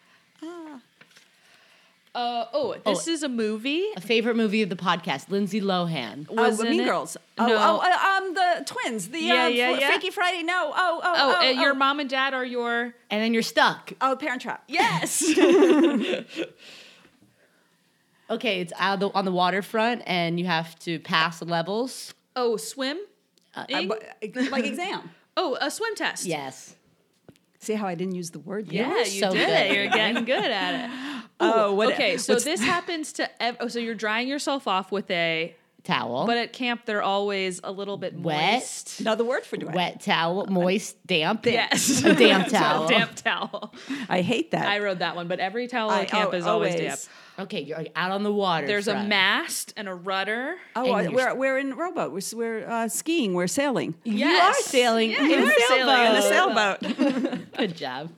Speaker 2: Uh, oh, this is a movie.
Speaker 1: A favorite movie of the podcast, Lindsay Lohan.
Speaker 2: Was
Speaker 4: oh,
Speaker 2: in
Speaker 4: Mean
Speaker 2: it-
Speaker 4: Girls.
Speaker 2: No.
Speaker 4: Oh, oh, um, the twins. The
Speaker 2: Yeah,
Speaker 4: um,
Speaker 2: yeah,
Speaker 4: Fr-
Speaker 2: yeah.
Speaker 4: Freaky Friday. No. Oh, oh,
Speaker 2: Oh,
Speaker 4: oh,
Speaker 2: uh,
Speaker 4: oh,
Speaker 2: your mom and dad are your.
Speaker 1: And then you're stuck.
Speaker 4: Oh, Parent Trap. Yes.
Speaker 1: Okay, it's out the, on the waterfront, and you have to pass the levels.
Speaker 2: [LAUGHS] Oh, swim.
Speaker 4: Uh, but-
Speaker 2: [LAUGHS]
Speaker 4: like exam.
Speaker 2: oh, a swim test.
Speaker 1: Yes.
Speaker 4: See how I didn't use the word yet?
Speaker 2: Yeah,
Speaker 1: were
Speaker 2: you
Speaker 1: so
Speaker 2: did
Speaker 1: good
Speaker 2: it.
Speaker 1: at it.
Speaker 2: You're getting good at it.
Speaker 1: [LAUGHS]
Speaker 4: Oh, what?
Speaker 2: okay, so
Speaker 4: what's-
Speaker 2: this happens to. Ev- oh, so you're drying yourself off with a
Speaker 1: towel.
Speaker 2: But at camp, they're always a little bit
Speaker 1: Wet.
Speaker 2: moist.
Speaker 4: Another word for dry.
Speaker 1: wet towel, moist, damp.
Speaker 2: Yes, [LAUGHS]
Speaker 1: A [LAUGHS] damp
Speaker 2: It's a
Speaker 1: towel.
Speaker 2: damp towel.
Speaker 4: I hate that.
Speaker 2: I rode that one, but every towel
Speaker 4: I-
Speaker 2: at camp
Speaker 4: oh,
Speaker 2: is always,
Speaker 4: always.
Speaker 2: damp.
Speaker 1: Okay, you're like, out on the water.
Speaker 2: There's a
Speaker 1: front.
Speaker 2: mast and a rudder.
Speaker 1: and
Speaker 4: oh, uh,
Speaker 1: you're-
Speaker 4: we're, we're in rowboat. We're, s- we're uh, skiing. We're sailing.
Speaker 2: Yes.
Speaker 1: You are sailing
Speaker 2: Yeah,
Speaker 1: in
Speaker 2: you
Speaker 1: a
Speaker 2: are sailing
Speaker 1: sailboat.
Speaker 2: in a
Speaker 4: [LAUGHS] sailboat.
Speaker 1: Good job.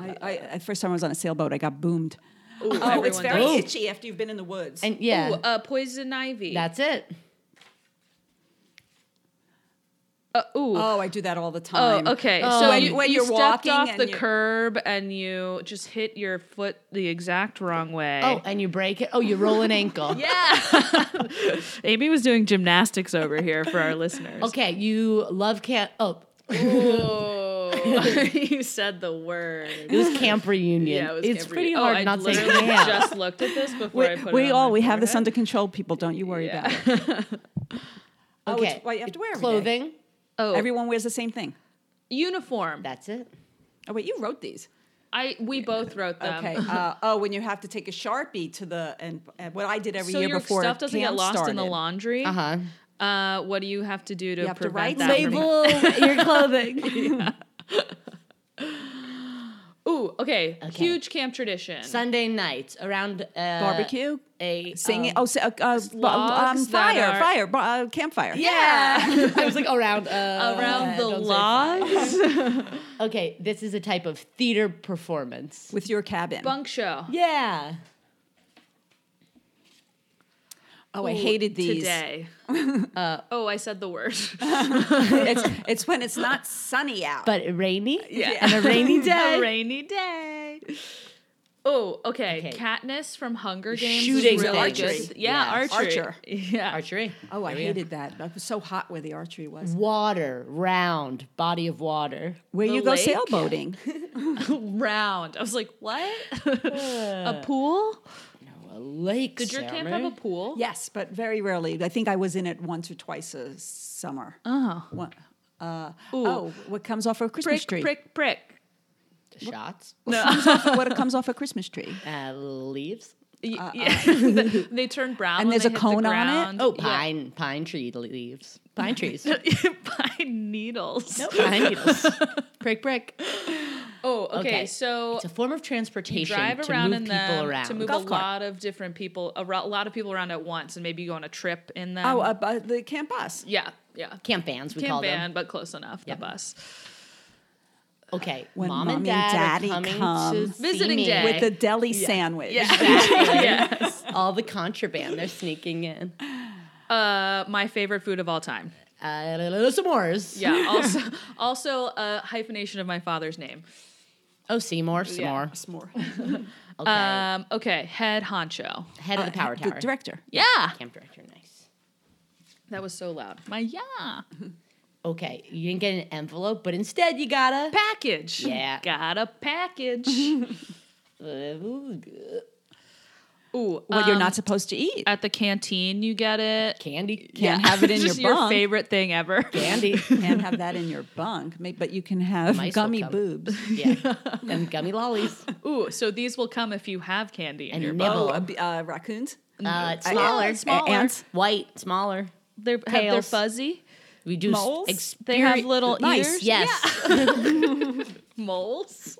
Speaker 4: I, I, at first time I was on a sailboat, I got boomed. oh, it's
Speaker 2: everyone
Speaker 4: very
Speaker 2: does.
Speaker 4: itchy after you've been in the woods.
Speaker 1: And yeah,
Speaker 2: Ooh, uh, poison ivy.
Speaker 1: that's it.
Speaker 2: uh, ooh.
Speaker 4: oh, I do that all the
Speaker 2: Oh,
Speaker 4: time.
Speaker 2: okay.
Speaker 1: Oh.
Speaker 2: So
Speaker 1: When-
Speaker 2: you,
Speaker 4: when
Speaker 2: you
Speaker 4: you're
Speaker 2: stepped
Speaker 4: walking
Speaker 2: off
Speaker 4: and
Speaker 2: the
Speaker 4: you-
Speaker 2: curb and you just hit your foot the exact wrong way.
Speaker 1: Oh, and you break it. Oh, you roll an
Speaker 2: [LAUGHS]
Speaker 1: ankle.
Speaker 2: yeah. [LAUGHS] Amy was doing gymnastics over here for our listeners.
Speaker 1: Okay, you love camp. Oh,
Speaker 2: Okay. Oh, [LAUGHS] you said [LAUGHS] the word.
Speaker 1: it was
Speaker 2: [LAUGHS]
Speaker 1: camp reunion.
Speaker 2: Yeah, it was
Speaker 1: it's
Speaker 2: Camry.
Speaker 1: pretty
Speaker 2: Oh,
Speaker 1: hard
Speaker 2: I
Speaker 1: not to say
Speaker 2: literally
Speaker 1: camp.
Speaker 2: just looked at this before I
Speaker 4: We,
Speaker 2: put
Speaker 4: we
Speaker 2: it on
Speaker 4: all
Speaker 2: my
Speaker 4: we have this
Speaker 2: forehead.
Speaker 4: under control, people. Don't you worry about it.
Speaker 2: [LAUGHS]
Speaker 4: Oh, it's-
Speaker 1: okay,
Speaker 4: well, you have to wear every day.
Speaker 1: clothing.
Speaker 2: Oh,
Speaker 4: Everyone wears the same thing.
Speaker 2: uniform.
Speaker 1: That's it.
Speaker 4: Oh wait, you wrote these.
Speaker 2: I we both wrote them. [LAUGHS]
Speaker 4: Okay. Uh, oh, when you have to take a sharpie to the and uh, what I did every
Speaker 2: So
Speaker 4: year
Speaker 2: your
Speaker 4: before
Speaker 2: stuff doesn't get
Speaker 4: camp
Speaker 2: lost in the
Speaker 4: started. Uh-huh.
Speaker 2: laundry.
Speaker 1: Uh huh.
Speaker 2: Uh, what do you have to do to
Speaker 4: have to
Speaker 2: prevent
Speaker 4: write
Speaker 2: that? from-
Speaker 1: Label [LAUGHS] your clothing.
Speaker 2: Ooh, okay.
Speaker 1: Okay.
Speaker 2: Huge camp tradition.
Speaker 1: Sunday nights around uh,
Speaker 4: Barbecue,
Speaker 1: A
Speaker 4: singing.
Speaker 1: um,
Speaker 4: oh, si- uh, uh, b- um,
Speaker 2: logs that
Speaker 4: fire,
Speaker 2: are-
Speaker 4: fire, bu- uh, campfire.
Speaker 1: Oh, [LAUGHS] yeah. I was like around uh,
Speaker 2: around the
Speaker 1: don't say
Speaker 2: logs.
Speaker 1: Okay, this is a type of theater performance.
Speaker 4: [LAUGHS] with your cabin.
Speaker 2: Bunk show.
Speaker 1: Yeah.
Speaker 4: oh, I hated
Speaker 2: [LAUGHS]
Speaker 4: these.
Speaker 2: Today. oh, I said the word. [LAUGHS]
Speaker 1: [LAUGHS]
Speaker 4: it's it's when it's not sunny out.
Speaker 1: But rainy?
Speaker 2: Yeah.
Speaker 1: And a
Speaker 2: [LAUGHS]
Speaker 1: rainy
Speaker 2: A
Speaker 1: day.
Speaker 2: rainy day. Oh, okay.
Speaker 1: Okay.
Speaker 2: Katniss from Hunger Games. is
Speaker 1: Shooting
Speaker 2: really
Speaker 1: archery.
Speaker 2: good. Yeah,
Speaker 1: Yes.
Speaker 2: archery.
Speaker 4: Archer.
Speaker 2: [LAUGHS] Yeah.
Speaker 1: Archery.
Speaker 4: oh, I
Speaker 1: There we go.
Speaker 4: hated that. That was so hot where the archery was.
Speaker 1: Water, round, body of water.
Speaker 4: Where
Speaker 2: The
Speaker 4: you go
Speaker 2: lake?
Speaker 1: [LAUGHS]
Speaker 4: sailboating.
Speaker 2: Round. I was like, what? a pool?
Speaker 1: A lake.
Speaker 2: Did your camp have a pool?
Speaker 4: yes, but very rarely. I think I was in it once or twice a summer.
Speaker 1: Uh-huh.
Speaker 2: Oh.
Speaker 4: One- uh, oh, what comes off a Christmas
Speaker 2: Prick,
Speaker 4: tree?
Speaker 2: prick, prick.
Speaker 1: a shots?
Speaker 4: what comes off a
Speaker 1: [LAUGHS]
Speaker 4: Christmas tree?
Speaker 1: Uh, leaves.
Speaker 2: Y- yeah. [LAUGHS] they turn brown.
Speaker 4: And
Speaker 2: when
Speaker 4: there's a
Speaker 2: they hit the
Speaker 4: cone on it?
Speaker 2: ground.
Speaker 1: Oh,
Speaker 2: [LAUGHS] Yeah.
Speaker 1: pine, pine tree leaves. Pine [LAUGHS] trees.
Speaker 2: pine needles.
Speaker 1: pine [LAUGHS] needles. Prick, prick.
Speaker 2: Oh, okay.
Speaker 1: Okay.
Speaker 2: So
Speaker 1: It's a form of transportation
Speaker 2: drive
Speaker 1: to
Speaker 2: around
Speaker 1: move
Speaker 2: in
Speaker 1: people
Speaker 2: them
Speaker 1: around.
Speaker 2: to move
Speaker 4: Golf
Speaker 2: a
Speaker 4: cart.
Speaker 2: lot of different people, a, ro- a lot of people around at once, and maybe you go on a trip in
Speaker 1: Um,
Speaker 2: them.
Speaker 4: Oh, uh, bu- the camp bus.
Speaker 2: yeah, yeah.
Speaker 1: camp vans, we call
Speaker 2: Camp
Speaker 1: them.
Speaker 2: van, but close enough. The bus.
Speaker 1: Okay,
Speaker 4: When
Speaker 1: mom, and
Speaker 4: mommy and
Speaker 1: dad
Speaker 4: daddy
Speaker 1: are coming
Speaker 4: come.
Speaker 1: to
Speaker 2: Visiting
Speaker 1: see me.
Speaker 2: day.
Speaker 4: With the deli sandwich. [LAUGHS]
Speaker 1: Exactly.
Speaker 2: yeah.
Speaker 1: all the contraband they're sneaking in.
Speaker 2: Uh, my favorite food of all time.
Speaker 1: Uh, s'mores.
Speaker 2: Yeah. Also, also a hyphenation of my father's name.
Speaker 1: Oh, Seymour, Seymour.
Speaker 4: S'more.
Speaker 1: Okay.
Speaker 2: Um, okay. Head honcho.
Speaker 1: Head of
Speaker 4: [LAUGHS]
Speaker 1: the power
Speaker 4: The
Speaker 1: tower.
Speaker 4: director.
Speaker 2: Yeah.
Speaker 1: Camp director, nice.
Speaker 2: That was so loud. My yeah.
Speaker 1: Okay, you didn't get an envelope, but instead you got a.
Speaker 2: package.
Speaker 1: Yeah.
Speaker 2: Got a package. Ooh.
Speaker 4: What you're
Speaker 2: um,
Speaker 4: not supposed to eat.
Speaker 2: at the canteen you get it.
Speaker 1: Candy.
Speaker 4: Can't
Speaker 2: [LAUGHS]
Speaker 4: have it in
Speaker 2: Just
Speaker 4: your
Speaker 2: your,
Speaker 4: bunk.
Speaker 2: favorite thing ever. [LAUGHS]
Speaker 1: Candy.
Speaker 4: Can't have that in your bunk, May- but you can have
Speaker 1: Mice will
Speaker 4: gummy
Speaker 1: come.
Speaker 4: boobs.
Speaker 1: Yeah. and gummy
Speaker 2: [LAUGHS]
Speaker 1: lollies. Uh,
Speaker 2: Ooh, so these will come if you have candy in
Speaker 1: And
Speaker 2: your
Speaker 1: nib-
Speaker 2: bunk.
Speaker 4: Oh, uh, b- uh, raccoons.
Speaker 1: Uh, it's
Speaker 4: Uh,
Speaker 1: smaller.
Speaker 4: yeah, smaller. Ants.
Speaker 1: White, smaller.
Speaker 2: They're, have, they're
Speaker 1: tails.
Speaker 2: fuzzy.
Speaker 1: We do. s-
Speaker 4: Moles?
Speaker 1: experi-
Speaker 2: They have little
Speaker 4: Mice,
Speaker 2: ears.
Speaker 1: Yes.
Speaker 2: Moles.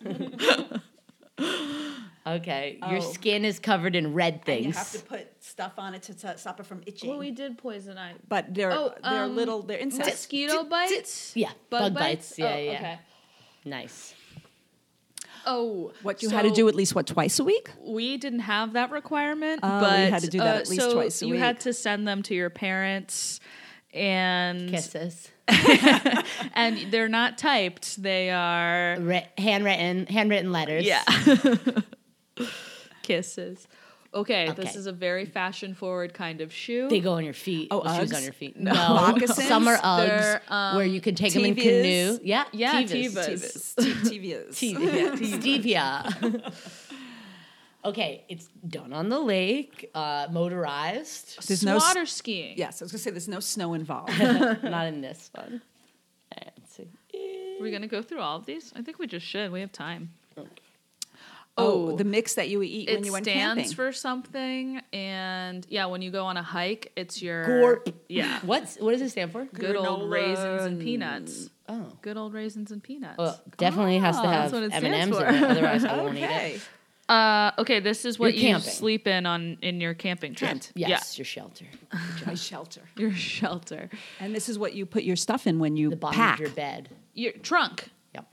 Speaker 1: Okay. Your
Speaker 4: Oh.
Speaker 1: skin is covered in red things.
Speaker 4: You have to put stuff on it to t- stop it from itching.
Speaker 2: Well, we did poison ivy.
Speaker 4: but they're
Speaker 2: Oh,
Speaker 4: they're
Speaker 2: um,
Speaker 4: little. They're insects.
Speaker 2: Mosquito bites.
Speaker 1: yeah, bug bites, yeah,
Speaker 2: oh,
Speaker 1: yeah.
Speaker 2: Okay.
Speaker 1: Nice.
Speaker 2: Oh,
Speaker 4: What you had to
Speaker 2: so-
Speaker 4: do at least what twice a week?
Speaker 2: we didn't have that requirement,
Speaker 4: Oh, we
Speaker 2: but
Speaker 4: had to do that
Speaker 2: uh,
Speaker 4: at least
Speaker 2: so
Speaker 4: twice a
Speaker 2: You had
Speaker 4: week.
Speaker 2: to send them to your parents, and
Speaker 1: Kisses.
Speaker 2: and they're not typed; they are
Speaker 1: Re- handwritten, handwritten letters.
Speaker 2: yeah [LAUGHS] kisses. Okay, this
Speaker 1: Okay.
Speaker 2: is a very fashion-forward kind of shoe.
Speaker 1: They go on your feet.
Speaker 4: Oh,
Speaker 1: Oh, shoes
Speaker 4: Uggs?
Speaker 1: on your feet. No,
Speaker 4: Moccasins?
Speaker 1: summer Uggs
Speaker 2: They're, um,
Speaker 1: where you can take them in
Speaker 4: Tevas?
Speaker 1: canoe. Yeah,
Speaker 2: Yeah,
Speaker 1: Tevas. [LAUGHS]
Speaker 2: Tevas.
Speaker 4: TVs.
Speaker 1: Stevia. [LAUGHS] okay, it's done on the lake, uh,
Speaker 2: [LAUGHS]
Speaker 1: motorized.
Speaker 4: There's no. s-
Speaker 2: water skiing.
Speaker 4: Yes, I was gonna say there's no snow involved.
Speaker 1: Not in this one. All right, let's see.
Speaker 2: we're gonna go through all of these. I think we just should. We have time.
Speaker 4: Oh, the mix that you eat
Speaker 2: it
Speaker 4: when you went
Speaker 2: stands
Speaker 4: camping.
Speaker 2: for something, and yeah, when you go on a hike, it's your
Speaker 1: Gorp.
Speaker 2: Er, yeah,
Speaker 1: What's what does it stand for?
Speaker 2: good old
Speaker 4: Granola
Speaker 2: raisins and peanuts.
Speaker 1: Oh.
Speaker 2: Good old raisins and peanuts.
Speaker 1: Well, definitely has to
Speaker 2: Ah,
Speaker 1: have
Speaker 2: that's what it
Speaker 1: M and M's
Speaker 2: stands
Speaker 1: in
Speaker 2: for.
Speaker 1: it, otherwise I won't
Speaker 2: [LAUGHS]
Speaker 1: eat it.
Speaker 2: Uh, okay, this is what
Speaker 1: You're
Speaker 2: you
Speaker 1: camping.
Speaker 2: sleep in on in your camping trip.
Speaker 4: Tent.
Speaker 1: Yes, your shelter,
Speaker 4: [LAUGHS] my shelter.
Speaker 2: Yeah, your [LAUGHS] shelter,
Speaker 4: And this is what you put your stuff in when you
Speaker 1: the bottom
Speaker 4: pack,
Speaker 1: of your bed.
Speaker 2: your trunk.
Speaker 1: Yep.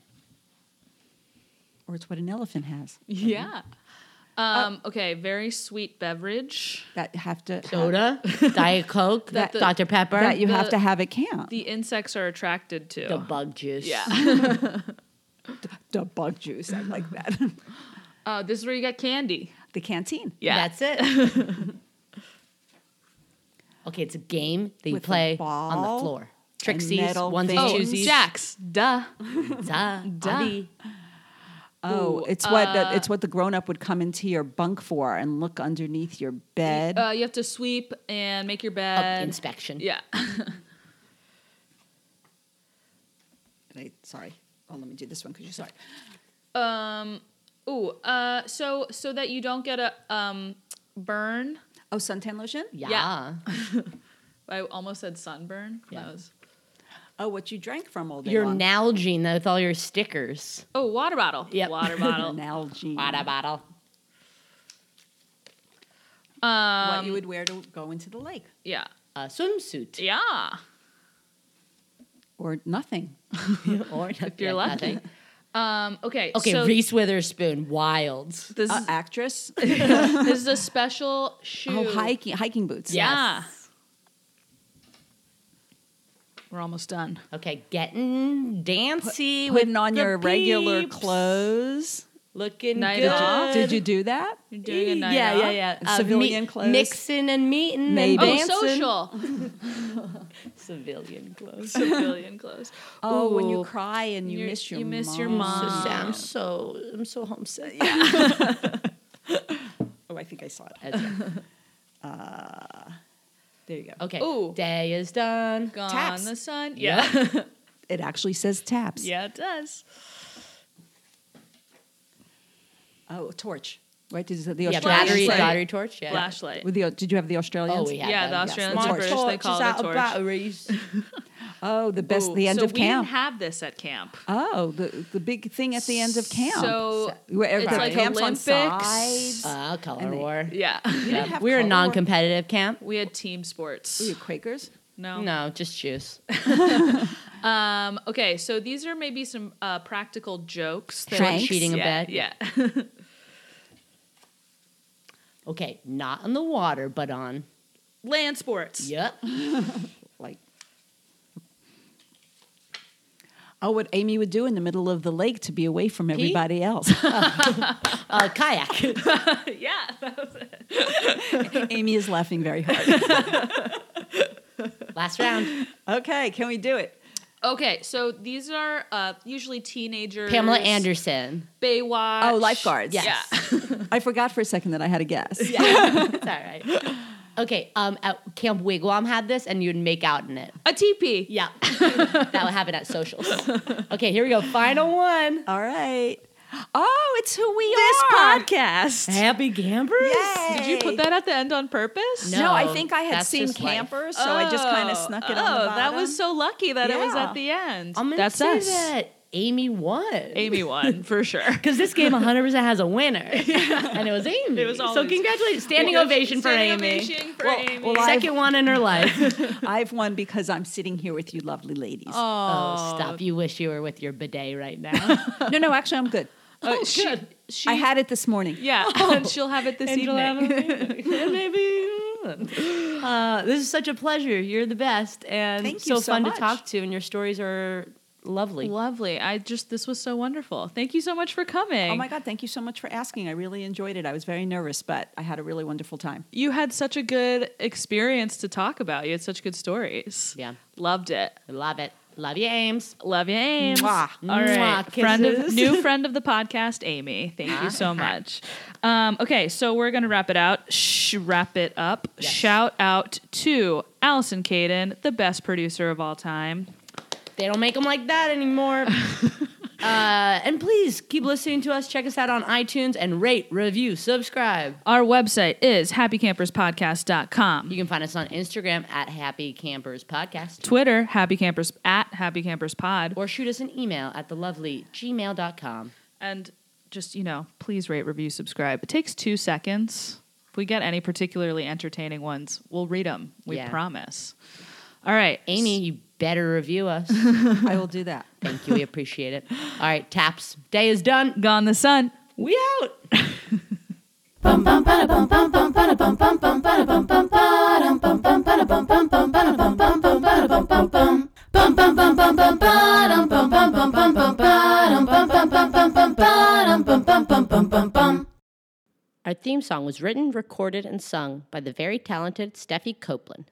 Speaker 4: or it's what an elephant has.
Speaker 1: Mm-hmm.
Speaker 2: Yeah. Um, okay, very sweet beverage.
Speaker 4: That have to
Speaker 1: Soda, [LAUGHS] Diet Coke,
Speaker 2: the-
Speaker 1: Dr Pepper,
Speaker 4: that you have
Speaker 2: The-
Speaker 4: to have at camp.
Speaker 2: The insects are attracted to.
Speaker 1: the bug juice.
Speaker 2: Yeah.
Speaker 1: [LAUGHS]
Speaker 2: [LAUGHS]
Speaker 4: the bug juice, I like that.
Speaker 2: Uh, this is where you got candy.
Speaker 4: [LAUGHS] the canteen.
Speaker 2: Yeah.
Speaker 1: That's it. [LAUGHS] okay, it's a game that you
Speaker 4: With a
Speaker 1: play on
Speaker 4: ball
Speaker 1: the floor. Tricksies,
Speaker 4: metal
Speaker 1: onesies,
Speaker 4: thing.
Speaker 2: oh,
Speaker 1: twosies.
Speaker 2: Jax. Duh. Oh.
Speaker 1: [LAUGHS] Duh, Abby.
Speaker 4: Oh, it's what the, it's what the grown up would come into your bunk for and look underneath your bed.
Speaker 2: Uh, you have to sweep and make your bed.
Speaker 1: inspection.
Speaker 2: Uh, yeah.
Speaker 4: Wait, sorry. Oh, let me do this one because you sorry.
Speaker 2: Um. Ooh. Uh. So so that you don't get a um burn.
Speaker 4: Oh, suntan lotion.
Speaker 1: Yeah.
Speaker 2: I almost said sunburn. That
Speaker 1: Yeah.
Speaker 2: was.
Speaker 4: Oh, what you drank from all day
Speaker 1: You're
Speaker 4: [LAUGHS] long.
Speaker 1: Nalgene though, with all your stickers.
Speaker 2: Oh, water bottle.
Speaker 1: Yep.
Speaker 2: Water
Speaker 1: [LAUGHS]
Speaker 2: bottle.
Speaker 4: Nalgene.
Speaker 1: Bada bottle.
Speaker 2: um.
Speaker 4: what you would wear to go into the lake
Speaker 2: Yeah.
Speaker 1: A swimsuit.
Speaker 2: [LAUGHS] Yeah.
Speaker 4: or nothing.
Speaker 1: or if
Speaker 2: you're lucky. Um. Okay.
Speaker 1: Okay,
Speaker 2: So
Speaker 1: Reese Witherspoon, Wilds.
Speaker 2: this,
Speaker 4: Uh,
Speaker 2: is,
Speaker 4: actress.
Speaker 2: this is
Speaker 1: [LAUGHS]
Speaker 2: a special shoe.
Speaker 4: oh, hiking hiking boots.
Speaker 2: Yeah. We're almost done.
Speaker 1: Okay, getting dancy, with
Speaker 4: Putting on
Speaker 1: the
Speaker 4: your regular
Speaker 1: peeps.
Speaker 4: clothes.
Speaker 1: looking
Speaker 2: Night
Speaker 1: good.
Speaker 2: off.
Speaker 4: Did you do that?
Speaker 2: You're doing a night
Speaker 1: yeah,
Speaker 2: off.
Speaker 1: yeah, yeah,
Speaker 4: Uh, Civilian clothes.
Speaker 1: mixing and meeting,
Speaker 4: Maybe.
Speaker 1: and
Speaker 2: Oh,
Speaker 1: dancing. Oh,
Speaker 2: social. [LAUGHS]
Speaker 1: Civilian clothes.
Speaker 2: Civilian clothes.
Speaker 4: Oh, when you
Speaker 2: Ooh.
Speaker 4: cry and you
Speaker 2: You're-
Speaker 4: miss your
Speaker 2: you miss your
Speaker 1: So
Speaker 2: mom.
Speaker 1: sad. I'm so I'm so homesick. Yeah.
Speaker 4: Oh, I think I saw it.
Speaker 1: That's right.
Speaker 4: There you go.
Speaker 1: Okay.
Speaker 2: Ooh.
Speaker 1: Day is done.
Speaker 2: Gone
Speaker 4: Taps.
Speaker 2: the sun.
Speaker 1: Yeah.
Speaker 2: Yeah. [LAUGHS]
Speaker 4: It actually says taps.
Speaker 2: yeah, it does.
Speaker 4: Oh, torch. Right? Is it the
Speaker 1: Yeah,
Speaker 4: Australian
Speaker 1: battery
Speaker 2: Flashlight.
Speaker 1: battery torch. Yeah.
Speaker 2: Flashlight.
Speaker 4: With the, did you have the Australians?
Speaker 1: Oh, we
Speaker 2: yeah,
Speaker 1: had
Speaker 2: the
Speaker 1: them,
Speaker 2: Australians
Speaker 1: yes.
Speaker 2: are
Speaker 1: My
Speaker 2: British.
Speaker 1: torch
Speaker 2: They call
Speaker 1: is
Speaker 2: it a
Speaker 1: out of
Speaker 2: torch.
Speaker 1: batteries.
Speaker 4: Oh, the best, the end
Speaker 2: so
Speaker 4: of
Speaker 2: we
Speaker 4: camp.
Speaker 2: didn't have this at camp.
Speaker 4: oh, the, the big thing at the end of camp.
Speaker 2: So
Speaker 4: Where
Speaker 2: it's
Speaker 4: everybody
Speaker 2: like
Speaker 4: camps on
Speaker 2: Olympics.
Speaker 4: sides.
Speaker 1: Ah, color
Speaker 4: they-
Speaker 1: war.
Speaker 2: Yeah.
Speaker 1: Yeah.
Speaker 4: have
Speaker 1: We were
Speaker 4: color
Speaker 1: in
Speaker 4: war.
Speaker 1: non-competitive camp.
Speaker 2: [LAUGHS] we had team sports.
Speaker 4: Ooh, Quakers.
Speaker 2: No.
Speaker 1: No, just juice.
Speaker 2: Um, okay, so these are maybe some uh, practical jokes. that-
Speaker 1: Someone
Speaker 4: Franks.
Speaker 1: cheating a
Speaker 2: yeah,
Speaker 1: bed.
Speaker 2: yeah. [LAUGHS]
Speaker 1: Okay, not on the water, but on.
Speaker 2: Land sports.
Speaker 1: Yep.
Speaker 4: Like, oh, what Amy would do in the middle of the lake to be away from everybody [LAUGHS] else.
Speaker 1: Uh, kayak.
Speaker 2: [LAUGHS]
Speaker 1: [LAUGHS]
Speaker 2: yeah.
Speaker 4: Amy is laughing very hard.
Speaker 1: Last round.
Speaker 4: [LAUGHS] okay, can we do it?
Speaker 2: Okay, so these are uh, usually teenagers.
Speaker 1: Pamela Anderson.
Speaker 2: Baywatch.
Speaker 4: Oh, lifeguards.
Speaker 1: Yes.
Speaker 2: Yeah.
Speaker 4: I forgot for a second that I had a guess.
Speaker 1: Yeah. it's all right. [LAUGHS] Okay, um, at Camp Wigwam had this, and you'd make out in it.
Speaker 2: [LAUGHS] a teepee.
Speaker 1: Yeah. [LAUGHS] that would happen at socials. Okay, here we go. Final one.
Speaker 4: All right. Oh, it's who we are. This podcast.
Speaker 1: Happy campers?
Speaker 2: Did you put that at the end on purpose?
Speaker 1: No.
Speaker 4: No, I think I had
Speaker 1: that's
Speaker 4: seen
Speaker 1: just life.
Speaker 4: campers, so I just kind of snuck it
Speaker 2: oh,
Speaker 4: on the
Speaker 2: that was
Speaker 4: [LAUGHS]
Speaker 2: so
Speaker 4: bottom.
Speaker 2: lucky that it was
Speaker 4: Yeah.
Speaker 2: at the end.
Speaker 1: I'm gonna
Speaker 2: That's
Speaker 1: say
Speaker 2: us.
Speaker 1: that Amy won.
Speaker 2: Amy won for sure.
Speaker 1: Because this game 100% has a winner.
Speaker 2: [LAUGHS]
Speaker 1: And it was Amy.
Speaker 2: It was
Speaker 1: so
Speaker 2: always-
Speaker 1: congratulations. Standing ovation for
Speaker 2: Standing
Speaker 1: Amy.
Speaker 2: ovation for Amy.
Speaker 4: well, I-
Speaker 1: Second one in her
Speaker 2: [LAUGHS]
Speaker 1: life.
Speaker 4: I've won because I'm sitting here with you, lovely ladies.
Speaker 1: oh, stop. You wish you were with your bidet right
Speaker 2: [LAUGHS]
Speaker 1: now.
Speaker 4: No, no, actually, I'm good.
Speaker 2: Uh, she,
Speaker 1: good.
Speaker 2: she-
Speaker 4: I had it this morning.
Speaker 1: [LAUGHS]
Speaker 2: Yeah, [LAUGHS] and she'll have it this evening.
Speaker 1: Maybe. Uh, this is such a pleasure. You're the best. And
Speaker 4: Thank you
Speaker 1: so,
Speaker 4: so
Speaker 1: fun
Speaker 4: much.
Speaker 1: to talk to, and your stories are lovely.
Speaker 2: Lovely. I just this was so wonderful. Thank you so much for coming.
Speaker 4: Oh my God, thank you so much for asking. I really enjoyed it. I was very nervous, but I had a really wonderful time.
Speaker 2: You had such a good experience to talk about. You had such good stories.
Speaker 1: Yeah.
Speaker 2: Loved it.
Speaker 1: Love it. Love you, Ames.
Speaker 2: Love you, Ames.
Speaker 4: Mwah.
Speaker 2: All right.
Speaker 1: Mwah,
Speaker 2: friend of,
Speaker 1: kisses. [LAUGHS] Ah.
Speaker 2: new friend of the podcast, Amy. Thank you so much. Um, okay, so we're going to wrap it out. Sh- wrap it up.
Speaker 1: Yes.
Speaker 2: Shout out to Allison Caden, the best producer of all time.
Speaker 4: [LAUGHS]
Speaker 1: They don't make them like that anymore. Uh, and please keep listening to us. Check us out on iTunes and rate, review, subscribe.
Speaker 2: Our website is happycamperspodcast.com.
Speaker 1: You can find us on Instagram at Happy Campers Podcast
Speaker 2: Twitter, Happy Campers at Happy Campers Pod.
Speaker 1: or shoot us an email at the lovely gmail.com.
Speaker 2: And just, you know, please rate, review, subscribe. It takes two seconds. If we get any particularly entertaining ones, we'll read them. We
Speaker 1: Yeah.
Speaker 2: promise. All right.
Speaker 1: Amy, you better review
Speaker 4: [LAUGHS]
Speaker 1: us.
Speaker 4: I will do that.
Speaker 1: Thank you. We appreciate it. All right, taps. Day is done.
Speaker 2: Gone the sun.
Speaker 1: We out.
Speaker 5: Bum bum bada bum bum bum bada bum bum bum bada bum bum bada bum bum bada bum bum bum bada bum bum bum bada bum bum bum bum bum bum bum bum bada bum bum bum bum bum bada bum bum bum bum bum bada bum bum bum bum bum bum.
Speaker 6: Our theme song was written, recorded, and sung by the very talented Steffi Copeland.